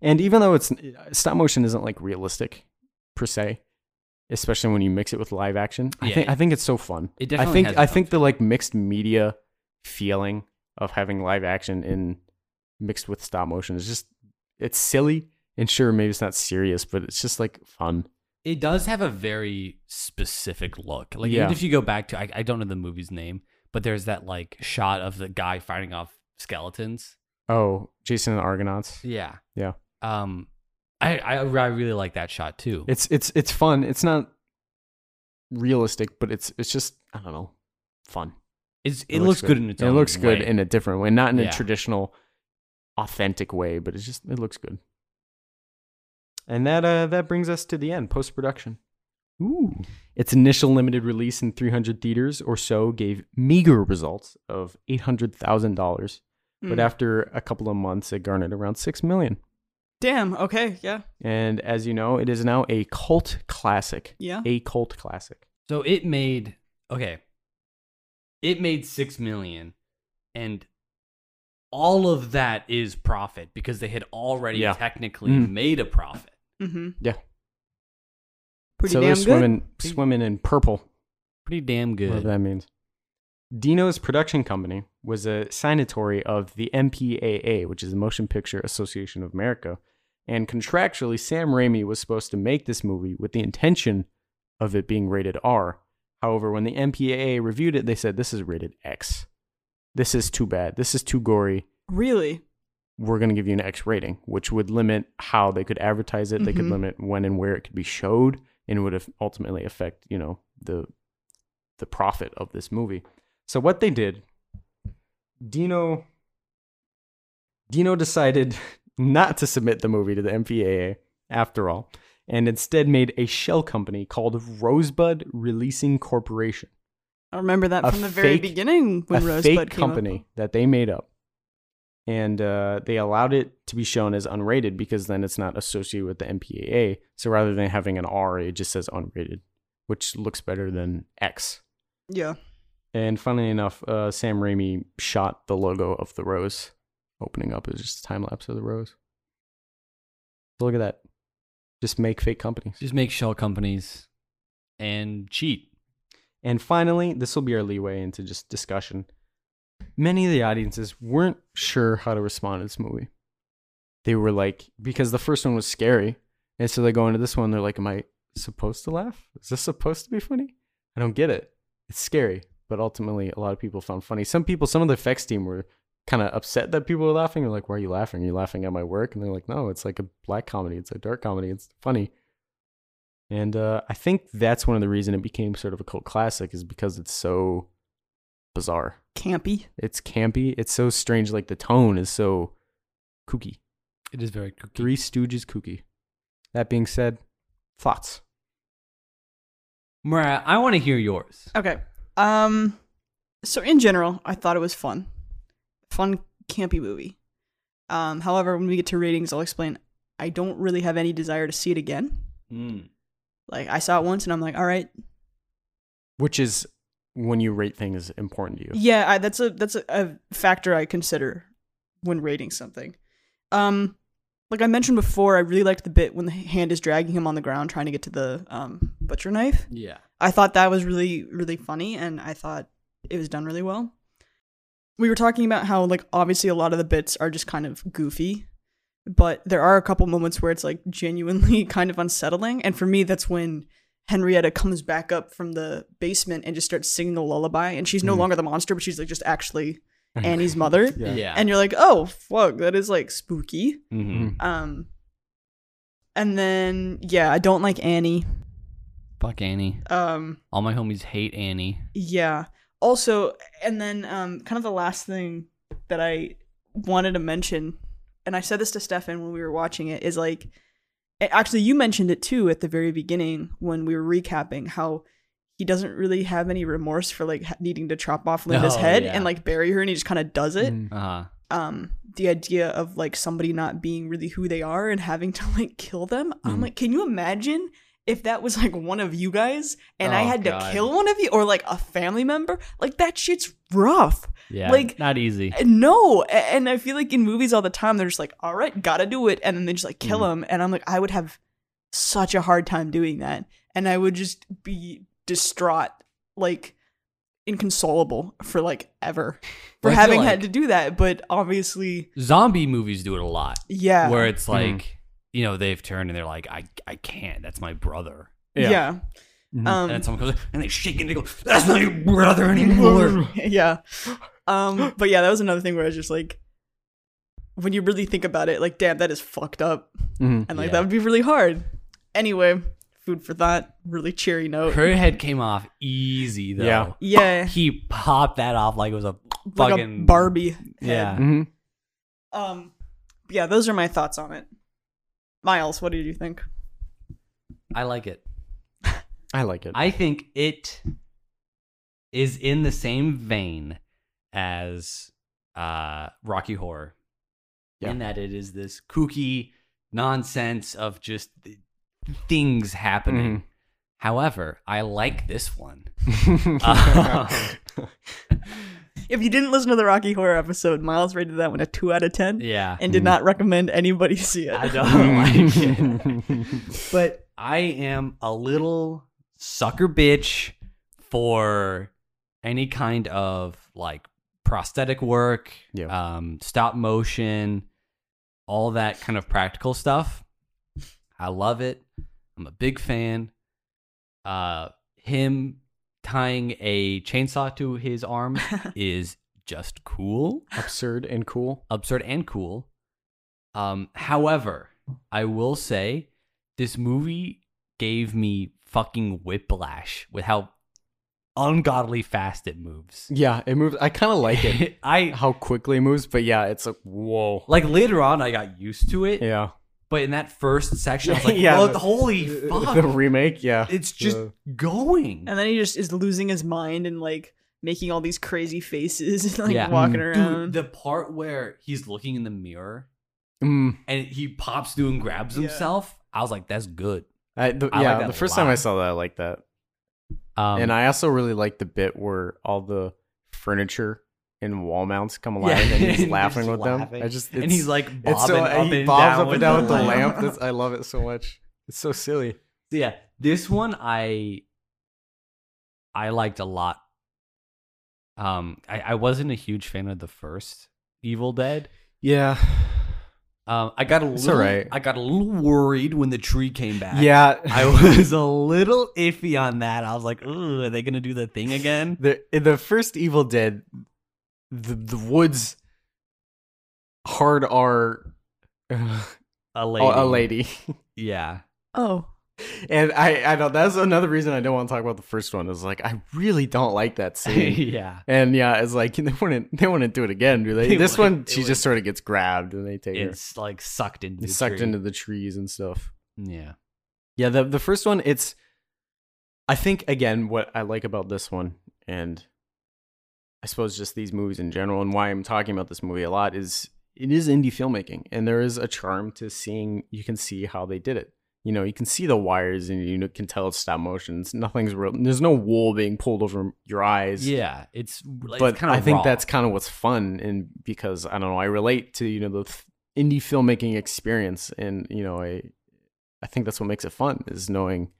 and even though it's stop motion isn't like realistic per se especially when you mix it with live action. I
Yeah,
think
yeah.
I think it's so fun.
It
I
definitely
think
has
I
its own
think the like mixed media feeling of having live action in mixed with stop motion is just it's silly and sure maybe it's not serious, but it's just like fun.
It does have a very specific look. Like
Yeah.
even if you go back to I, I don't know the movie's name, but there's that like shot of the guy fighting off skeletons.
Oh, Jason and the Argonauts.
Yeah.
Yeah.
Um I I, I really like that shot too.
It's it's it's fun. It's not realistic, but it's it's just I don't know, fun.
It's, it, looks, good in its own
It looks good
way.
in a different way, not in
Yeah.
a traditional, authentic way, but it's just it looks good. And that uh, that brings us to the end post production. Ooh, its initial limited release in 300 theaters or so gave meager results of eight hundred thousand dollars, but
Mm.
after a couple of months, it garnered around six million.
Damn. Okay. Yeah.
And as you know, it is now a cult classic.
Yeah.
A cult classic.
So it made okay. It made six million, and all of that is profit because they had already
Yeah.
technically
Mm.
made a profit.
Mm-hmm.
Yeah.
Pretty
so
damn
they're
good.
swimming swimming in purple.
Pretty damn
Whatever
good.
that means. Dino's production company was a signatory of the MPAA, which is the Motion Picture Association of America. And contractually, Sam Raimi was supposed to make this movie with the intention of it being rated R. However, when the MPAA reviewed it, they said, This is rated X. This is too bad. This is too gory.
Really?
We're going to give you an X rating, which would limit how they could advertise it. They could
Mhm.
limit when and where it could be showed, and it would af- ultimately affect, you know, the the profit of this movie. So what they did, Dino Dino decided not to submit the movie to the MPAA after all, and instead made a shell company called Rosebud Releasing Corporation,
I remember that
A
from the very
fake-
beginning when
a
Rosebud
fake
came up.
company that they made up. And uh, they allowed it to be shown as unrated because then it's not associated with the MPAA. So rather than having an R, it just says unrated, which looks better than X.
Yeah.
And funnily enough, uh, Sam Raimi shot the logo of the rose opening up. It was just a time lapse of the rose. So look at that. Just make fake companies.
Just make shell companies and cheat.
And finally, this will be our leeway into just discussion. Many of the audiences weren't sure how to respond to this movie. They were like, because the first one was scary. And so they go into this one, they're like, Am I supposed to laugh? Is this supposed to be funny? I don't get it. It's scary. But ultimately, a lot of people found funny. Some people, some of the effects team were kind of upset that people were laughing. They're like, Why are you laughing? Are you laughing at my work? And they're like, No, it's like a black comedy. It's a dark comedy. It's funny. And uh, I think that's one of the reason it became sort of a cult classic is because it's so bizarre.
Campy.
It's campy. It's so strange. Like the tone is so kooky.
It is very cookie.
Three Stooges kooky. That being said, thoughts.
Mariah, I want to hear yours.
Okay. Um. So in general, I thought it was fun, fun campy movie. Um. However, when we get to ratings, I'll explain. I don't really have any desire to see it again.
Mm.
Like I saw it once, and I'm like, all right,
Which is when you rate things important to you.
Yeah, I, that's a that's a, a factor I consider when rating something. Um, like I mentioned before, I really liked the bit when the hand is dragging him on the ground trying to get to the um, butcher knife.
Yeah.
I thought that was really really funny, and I thought it was done really well. We were talking about how like obviously a lot of the bits are just kind of goofy, but there are a couple moments where it's like genuinely kind of unsettling, and for me that's when Henrietta comes back up from the basement and just starts singing a lullaby, and she's no
Mm.
longer the monster, but she's like just actually Annie's mother,
Yeah.
and you're like, oh fuck, that is like spooky.
Mm-hmm.
Mhm.
Um, and then yeah, I don't like Annie.
Fuck Annie.
Um.
All my homies hate Annie.
Yeah. Also, and then um, kind of the last thing that I wanted to mention, and I said this to Stefan when we were watching it, is like, a- actually, you mentioned it too at the very beginning when we were recapping how he doesn't really have any remorse for like ha- needing to chop off Linda's
Oh,
head
yeah.
and like bury her, and he just kind of does it.
Mm.
Uh-huh.
Um, the idea of like somebody not being really who they are and having to like kill them, I'm
Mm.
like, can you imagine? If that was like one of you guys and I
Oh,
had to
God.
kill one of you or like a family member, like that shit's rough.
Yeah.
Like-
not easy.
And no, a- and I feel like in movies all the time they're just like, all
Mm.
right, gotta do it, and then they just like kill
Mhm.
him, and I'm like, I would have such a hard time doing that, and I would just be distraught, like inconsolable for like ever for
Well, I feel
having
like-
had to do that. But obviously,
Zombie movies do it a lot,
yeah,
where it's
Mhm.
like, you know, they've turned and they're like, I, I can't. That's my brother.
yeah,
Mm-hmm. and then
um,
someone comes and they shake and they go, "That's not your brother anymore."
yeah. Um, but yeah, that was another thing where I was just like, when you really think about it, like, damn, that is fucked up,
Mhm.
and like
Yeah.
that would be really hard. Anyway, food for thought. Really cheery note.
Her head came off easy though.
Yeah.
yeah,
He popped that off like it was a
like
fucking
a Barbie. head.
Yeah.
Mhm.
Um, yeah, those are my thoughts on it. Miles, what did you think?
I like it.
I like it.
I think it is in the same vein as uh, Rocky Horror,
Yeah.
in that it is this kooky nonsense of just th- things happening. However, I like this one. Um,
If you didn't listen to the Rocky Horror episode, Miles rated that one a two out of ten
yeah, Mm.
and did not recommend anybody see it.
I don't like it. but I am a little sucker bitch for any kind of like prosthetic work,
Yeah.
um, stop motion, all that kind of practical stuff. I love it. I'm a big fan. Uh, him tying a chainsaw to his arm is just cool
Absurd and cool.
absurd and cool. Um, however, I will say this movie gave me fucking whiplash with how ungodly fast it moves.
Yeah, it moves. I kind of like it.
I
How quickly it moves, but yeah, it's like whoa.
like later on I got used to it,
Yeah.
but in that first section I was like,
Yeah,
"Well,
the-
holy
The
fuck.
remake, yeah.
It's just
Yeah.
going.
And then he just is losing his mind and like making all these crazy faces and like
Yeah.
walking
Dude,
around.
the part where he's looking in the mirror
Mm.
and he pops through and grabs
Yeah.
himself, I was like, that's good.
I, the,
I like
yeah,
that
the
a
first time
lot.
I saw that, I liked that,
Um,
and I also really liked the bit where all the furniture and wall mounts come alive,
Yeah.
and
He's
he's laughing
just
with
laughing.
them. I just, it's,
and he's like bobbing
it's so,
up,
he
and
bobs
down
up and down with the lamp.
lamp.
That's, I love it so much. It's so silly.
yeah this one i i liked a lot um i, I wasn't a huge fan of the first evil dead
Yeah,
um i got a
It's
little
alright.
i got a little worried when the tree came back
yeah.
i was a little iffy on that i was like Ooh, are they gonna do the thing again
the in the first Evil Dead, the the woods hard R uh,
a lady
a lady,
yeah
oh,
and I I know that's another reason I don't want to talk about the first one is like I really don't like that scene.
yeah
And yeah, it's like they wouldn't they wouldn't do it again, do they?
They
this
wouldn't.
one,
They
she just
wouldn't.
sort of gets grabbed and they take
it's like sucked into
her,
the
sucked
tree.
into the trees and stuff.
yeah
Yeah, the the first one, it's I think again what I like about this one and I suppose just these movies in general and why I'm talking about this movie a lot is it is indie filmmaking and there is a charm to seeing you can see how they did it. You know, you can see the wires and you can tell it's stop motion. It's, nothing's real. There's no wool being pulled over your eyes.
yeah it's like,
but
kind of
I think
raw.
that's kind of what's fun and because I don't know, I relate to, you know, the th- indie filmmaking experience and, you know, I I think that's what makes it fun is knowing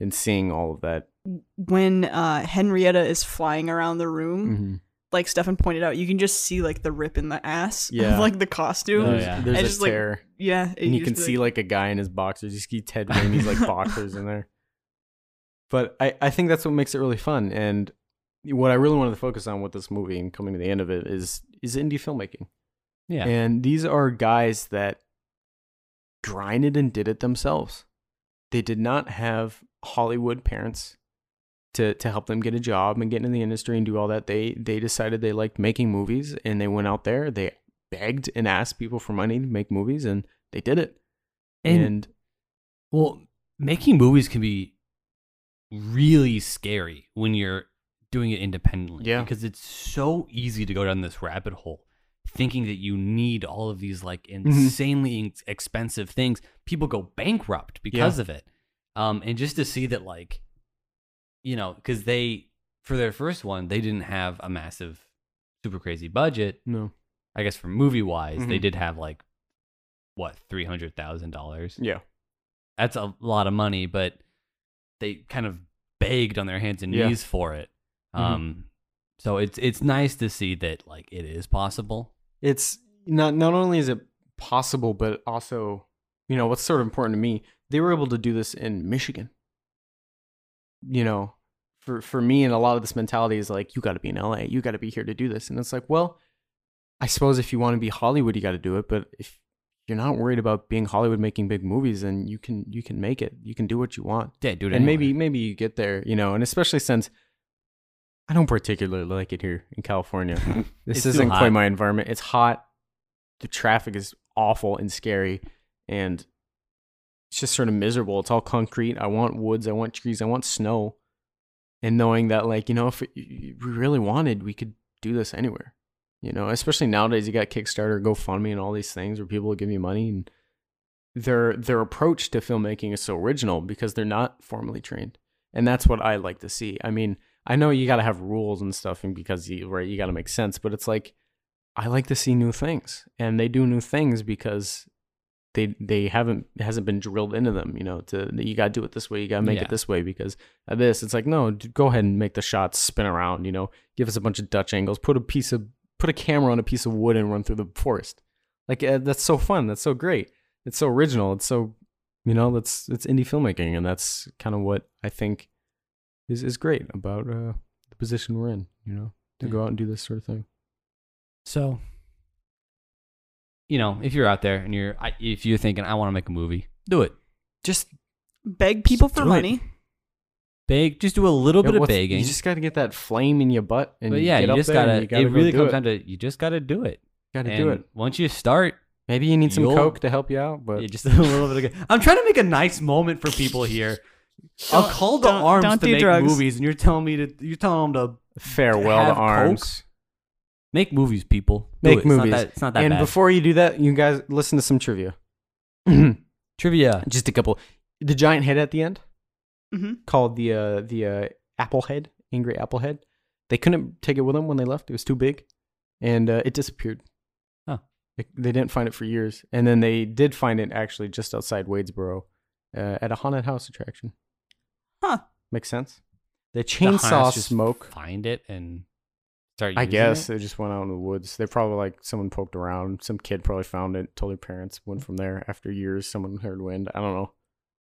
and seeing all of that.
when uh, Henrietta is flying around the room,
Mm-hmm.
like Stefan pointed out, you can just see like the rip in the ass
Yeah.
of like the costume.
Oh,
There's,
yeah.
there's
I
a
just, like,
tear.
Yeah,
and you can see like a guy in his boxers. You see Ted Raimi's like boxers in there. But I, I think that's what makes it really fun. And what I really wanted to focus on with this movie and coming to the end of it is is indie filmmaking.
yeah
And these are guys that grinded and did it themselves. They did not have Hollywood parents to to help them get a job and get into the industry and do all that. They they decided they liked making movies and they went out there. They begged and asked people for money to make movies and they did it.
And-
And,
Well, making movies can be really scary when you're doing it independently.
Yeah.
Because it's so easy to go down this rabbit hole thinking that you need all of these like
Mm-hmm.
insanely ex- expensive things. People go bankrupt because of it. Um, and just to see that, like, you know, because they, for their first one, they didn't have a massive, super crazy budget.
no,
I guess for movie wise, they
Mhm.
did have like, what, $300,000?
yeah,
that's a lot of money, but they kind of begged on their hands and
Yeah.
knees for it.
Mhm.
Um, so it's it's nice to see that like it is possible.
it's not not only is it possible, but also, you know, what's sort of important to me, they were able to do this in Michigan. You know, for for me and a lot of this mentality is like, you got to be in LA, you got to be here to do this, and it's like, well, I suppose if you want to be Hollywood, you got to do it, but if you're not worried about being Hollywood making big movies, then you can you can make it, you can do what you want
Yeah, do it.
and
anyway.
maybe maybe you get there, you know, and especially since I don't particularly like it here in California. this
It's too
isn't
hot.
quite my environment. It's hot. The traffic is awful and scary, and it's just sort of miserable. It's all concrete. I want woods. I want trees. I want snow. And knowing that, like you know, if we really wanted, we could do this anywhere. You know, especially nowadays, you got Kickstarter, GoFundMe, and all these things where people will give you money and their their approach to filmmaking is so original because they're not formally trained and that's what i like to see i mean i know you got to have rules and stuff and because you right you got to make sense but it's like i like to see new things and they do new things because they they haven't it hasn't been drilled into them you know to you got to do it this way you got to make
Yeah.
it this way because of this it's like no d- go ahead and make the shots spin around you know give us a bunch of dutch angles put a piece of put a camera on a piece of wood and run through the forest like uh, that's so fun that's so great it's so original. It's so you know that's it's indie filmmaking, and that's kind of what I think is is great about uh, the position we're in. You know, to go out and do this sort of thing.
So, you know, if you're out there and you're I, if you're thinking I want to make a movie, do it. Just
Beg people
Do
for
it.
money.
beg. Just do a little bit of begging.
You just got to get that flame in your butt, and
but yeah,
get
you
up
just
there and
gotta.
you gotta
it really
go
comes
do
down to you just gotta do it.
Got to
and
do it.
Once you start,
Maybe you need some
you'll-
coke to help you out, but
yeah, just a little bit of. I'm trying to make a nice moment for people here. I'll
Don't-
call the
don't-
arms
don't
to
do
make
drugs.
movies, and you're telling me to you're telling them to
farewell to
have
arms.
make movies, people. Do
Make
it.
movies.
It's not that, it's not that
and
bad.
before you do that, you guys listen to some trivia.
Trivia.
just a couple. The giant head at the end.
hmm
called the uh, the uh, Applehead, Angry Applehead. They couldn't take it with them when they left; it was too big, and uh, it disappeared.
Huh.
They, they didn't find it for years, and then they did find it actually just outside Wadesboro, uh, at a haunted house attraction.
Huh.
Makes sense. The
The harness
chainsaw
just
smoke.
Find it and start.
I
using
guess
it.
they just went out in the woods. They probably like someone poked around. Some kid probably found it, told their parents, went from there. After years, someone heard wind. I don't know.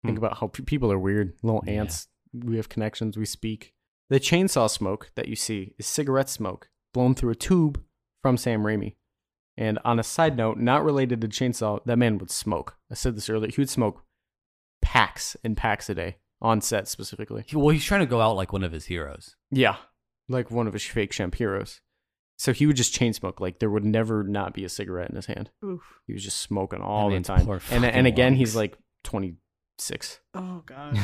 Think
Hmm.
about how pe- people are weird. Little
Yeah.
ants. We have connections. We speak. The chainsaw smoke that you see is cigarette smoke blown through a tube from Sam Raimi. And on a side note, not related to chainsaw, that man would smoke. I said this earlier. He would smoke packs and packs a day on set specifically.
He- well, he's trying to go out like one of his heroes.
Yeah. Like one of his fake Shampiros. So he would just chain smoke. Like there would never not be a cigarette in his hand.
Oof.
He was just smoking all the
man's
time.
poor
And
fucking
and again, he's
lungs.
like 26,
Oh god.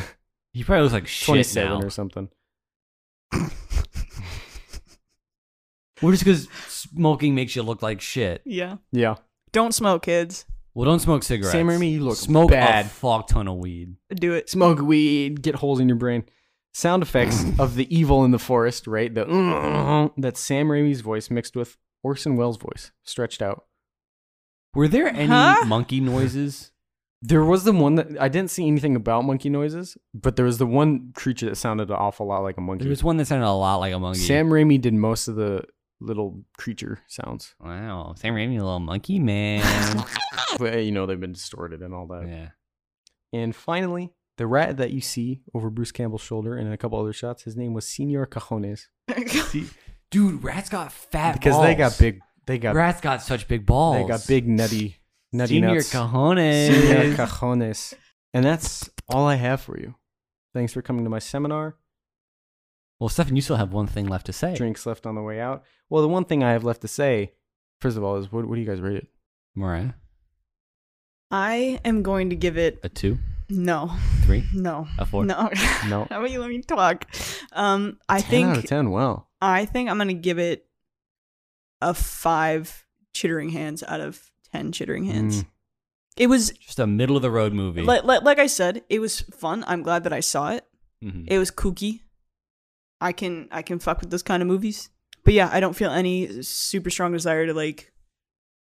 He probably looks like shit
27
now.
or something.
Well, just because smoking makes you look like shit.
yeah.
Yeah.
Don't smoke, kids.
Well, don't smoke cigarettes.
Sam Raimi, you look
smoke a
bad.
fuck ton of weed.
Do it.
Smoke weed, get holes in your brain. Sound effects of the evil in the forest, right? The that Sam Raimi's voice mixed with Orson Welles' voice stretched out.
Were there any
Huh?
monkey noises?
There was the one that I didn't see anything about monkey noises, but there was the one creature that sounded an awful lot like a monkey.
There was one that sounded a lot like a monkey.
Sam Raimi did most of the little creature sounds.
Wow, Sam Raimi, a little monkey man.
But, uh, you know, they've been distorted and all that.
yeah.
And finally, the rat that you see over Bruce Campbell's shoulder and in a couple other shots, his name was Senor Cajones.
Dude, rats got fat
Because they got
balls.
big, they got,
rats got such big balls.
they got big nutty, nutty
Senior
nuts.
cojones.
Senor Cajones. And that's all I have for you. Thanks for coming to my seminar.
well, Stefan, you still have one thing left to say.
Drinks left on the way out. Well, the one thing I have left to say, first of all, is what, what do you guys rate it?
Mariah,
I am going to give it
a two,
no,
three,
no,
a four.
no.
No.
How about you let me talk? Um, I
10 out of
think
10. Wow.
I think I'm gonna give it a five chittering hands out of ten chittering hands.
Mm.
It was
Just a middle of the road movie.
like, like like I said, it was fun. I'm glad that I saw it.
Mhm.
It was kooky. I can I can fuck with those kind of movies. But yeah, I don't feel any super strong desire to like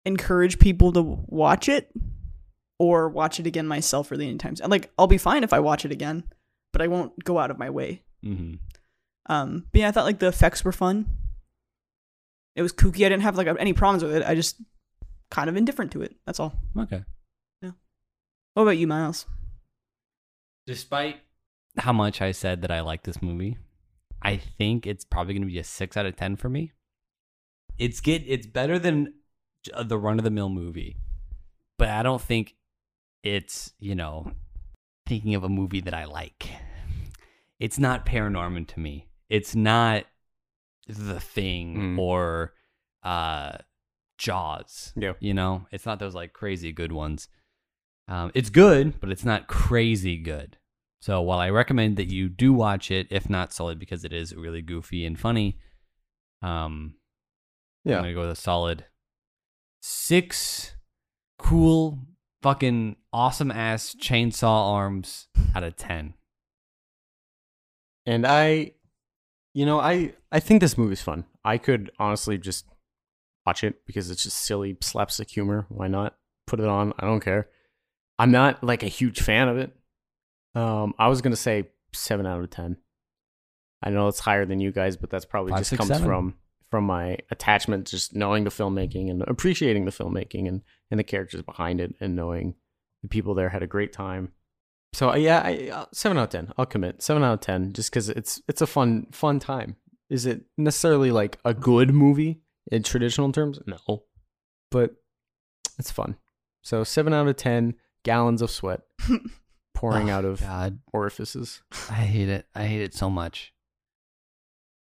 encourage people to watch it or watch it again myself really anytime. Like I'll be fine if I watch it again. but I won't go out of my way.
Mm-hmm.
Um, but yeah, I thought like the effects were fun. It was kooky. I didn't have like any problems with it. I just kind of indifferent to it. That's all.
Okay.
What about you, Miles?
Despite how much I said that I like this movie, I think it's probably going to be a six out of ten for me. It's get it's better than j- uh, the run of the mill movie, but I don't think it's you know thinking of a movie that I like. It's not Paranorman to me. It's not The Thing
Mm.
or uh, Jaws.
Yeah.
You know, it's not those like crazy good ones. Um, it's good, but it's not crazy good. So while I recommend that you do watch it, if not solid, because it is really goofy and funny, um,
Yeah.
I'm gonna go with a solid six cool fucking awesome ass chainsaw arms out of ten.
and i you know i i think this movie's fun i could honestly just watch it because it's just silly slapstick humor why not put it on i don't care i'm not like a huge fan of it um i was gonna say seven out of ten i know it's higher than you guys but that's probably
Five,
just
six,
comes
seven.
from from my attachment just knowing the filmmaking and appreciating the filmmaking and and the characters behind it and knowing the people there had a great time so uh, yeah, I, uh, seven out of ten. I'll commit seven out of ten, just because it's it's a fun fun time. Is it necessarily like a good movie in traditional terms? No, but it's fun. So seven out of ten gallons of sweat pouring out of
Oh, God,
orifices.
I hate it. I hate it so much.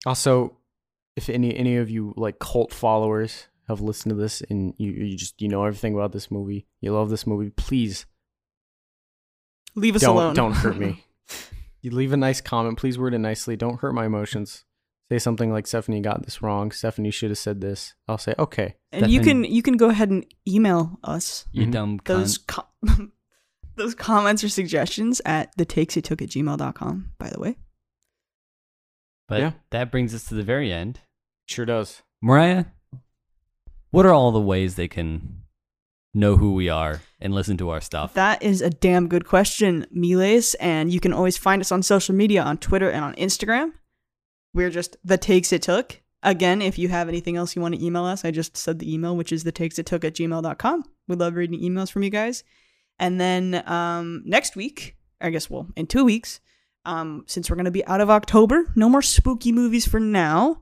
Also, if any any of you like cult followers have listened to this and you you just you know everything about this movie, you love this movie, please
Leave us
don't
alone.
don't hurt me. you leave a nice comment, please word it nicely. Don't hurt my emotions. Say something like Stephanie got this wrong. Stephanie should have said this. I'll say okay.
and you can
Stefan-
you can go ahead and email us
You
Mhm.
dumb
those
cunt.
com- those comments or suggestions at the takes it took at gmail.com, by the way.
But
Yeah.
that brings us to the very end.
Sure does.
Mariah, what are all the ways they can know who we are and listen to our stuff?
That is a damn good question, Miles. And you can always find us on social media on Twitter and on Instagram. We're just the takes it took. Again, if you have anything else you want to email us, I just said the email, which is the takes it took at gmail.com. We love reading emails from you guys. And then um, next week, I guess, well, in two weeks, um, since we're going to be out of October, no more spooky movies for now.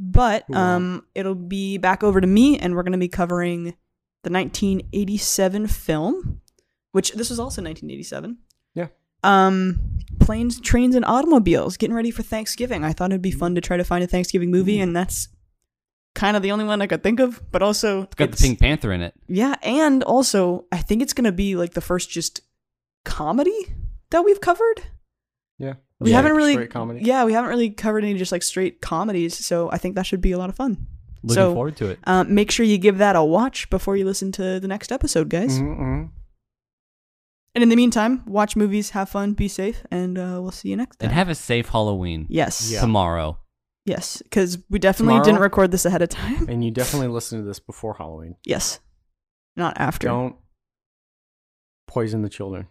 But
Wow.
um, it'll be back over to me, and we're going to be covering the 1987 film, which this was also 1987.
Yeah.
Um, planes, trains, and automobiles. Getting ready for Thanksgiving. I thought it'd be fun to try to find a Thanksgiving
Mm.
movie, and that's kind of the only one I could think of. But also,
It's got the Pink Panther in it.
Yeah, and also, I think it's gonna be like the first just comedy that we've covered.
Yeah.
We haven't really,
straight comedy.
yeah, we haven't really covered any just like straight comedies. So I think that should be a lot of fun.
Looking
So-
forward to it.
Um, make sure you give that a watch before you listen to the next episode,
Mm-hmm.
guys.
Mm-mm.
And in the meantime, watch movies, have fun, be safe, and uh, we'll see you next time.
And have a safe Halloween
yes,
Yeah.
tomorrow.
yes, because we definitely
Tomorrow?
didn't record this ahead of time.
And you definitely listen to this before Halloween.
Yes, not after.
Don't poison the children.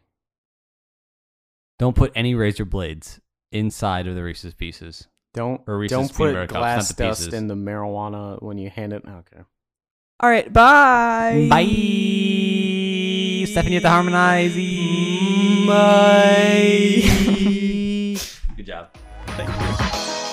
Don't put any razor blades inside of the Reese's Pieces.
Don't
Or Reese's
don't
Peanut
put
Butter Cups, not
glass
the
dust
pieces.
in the marijuana when you hand it. Okay.
All right, bye.
Bye. Stephanie at the Harmonize.
Bye.
Good job.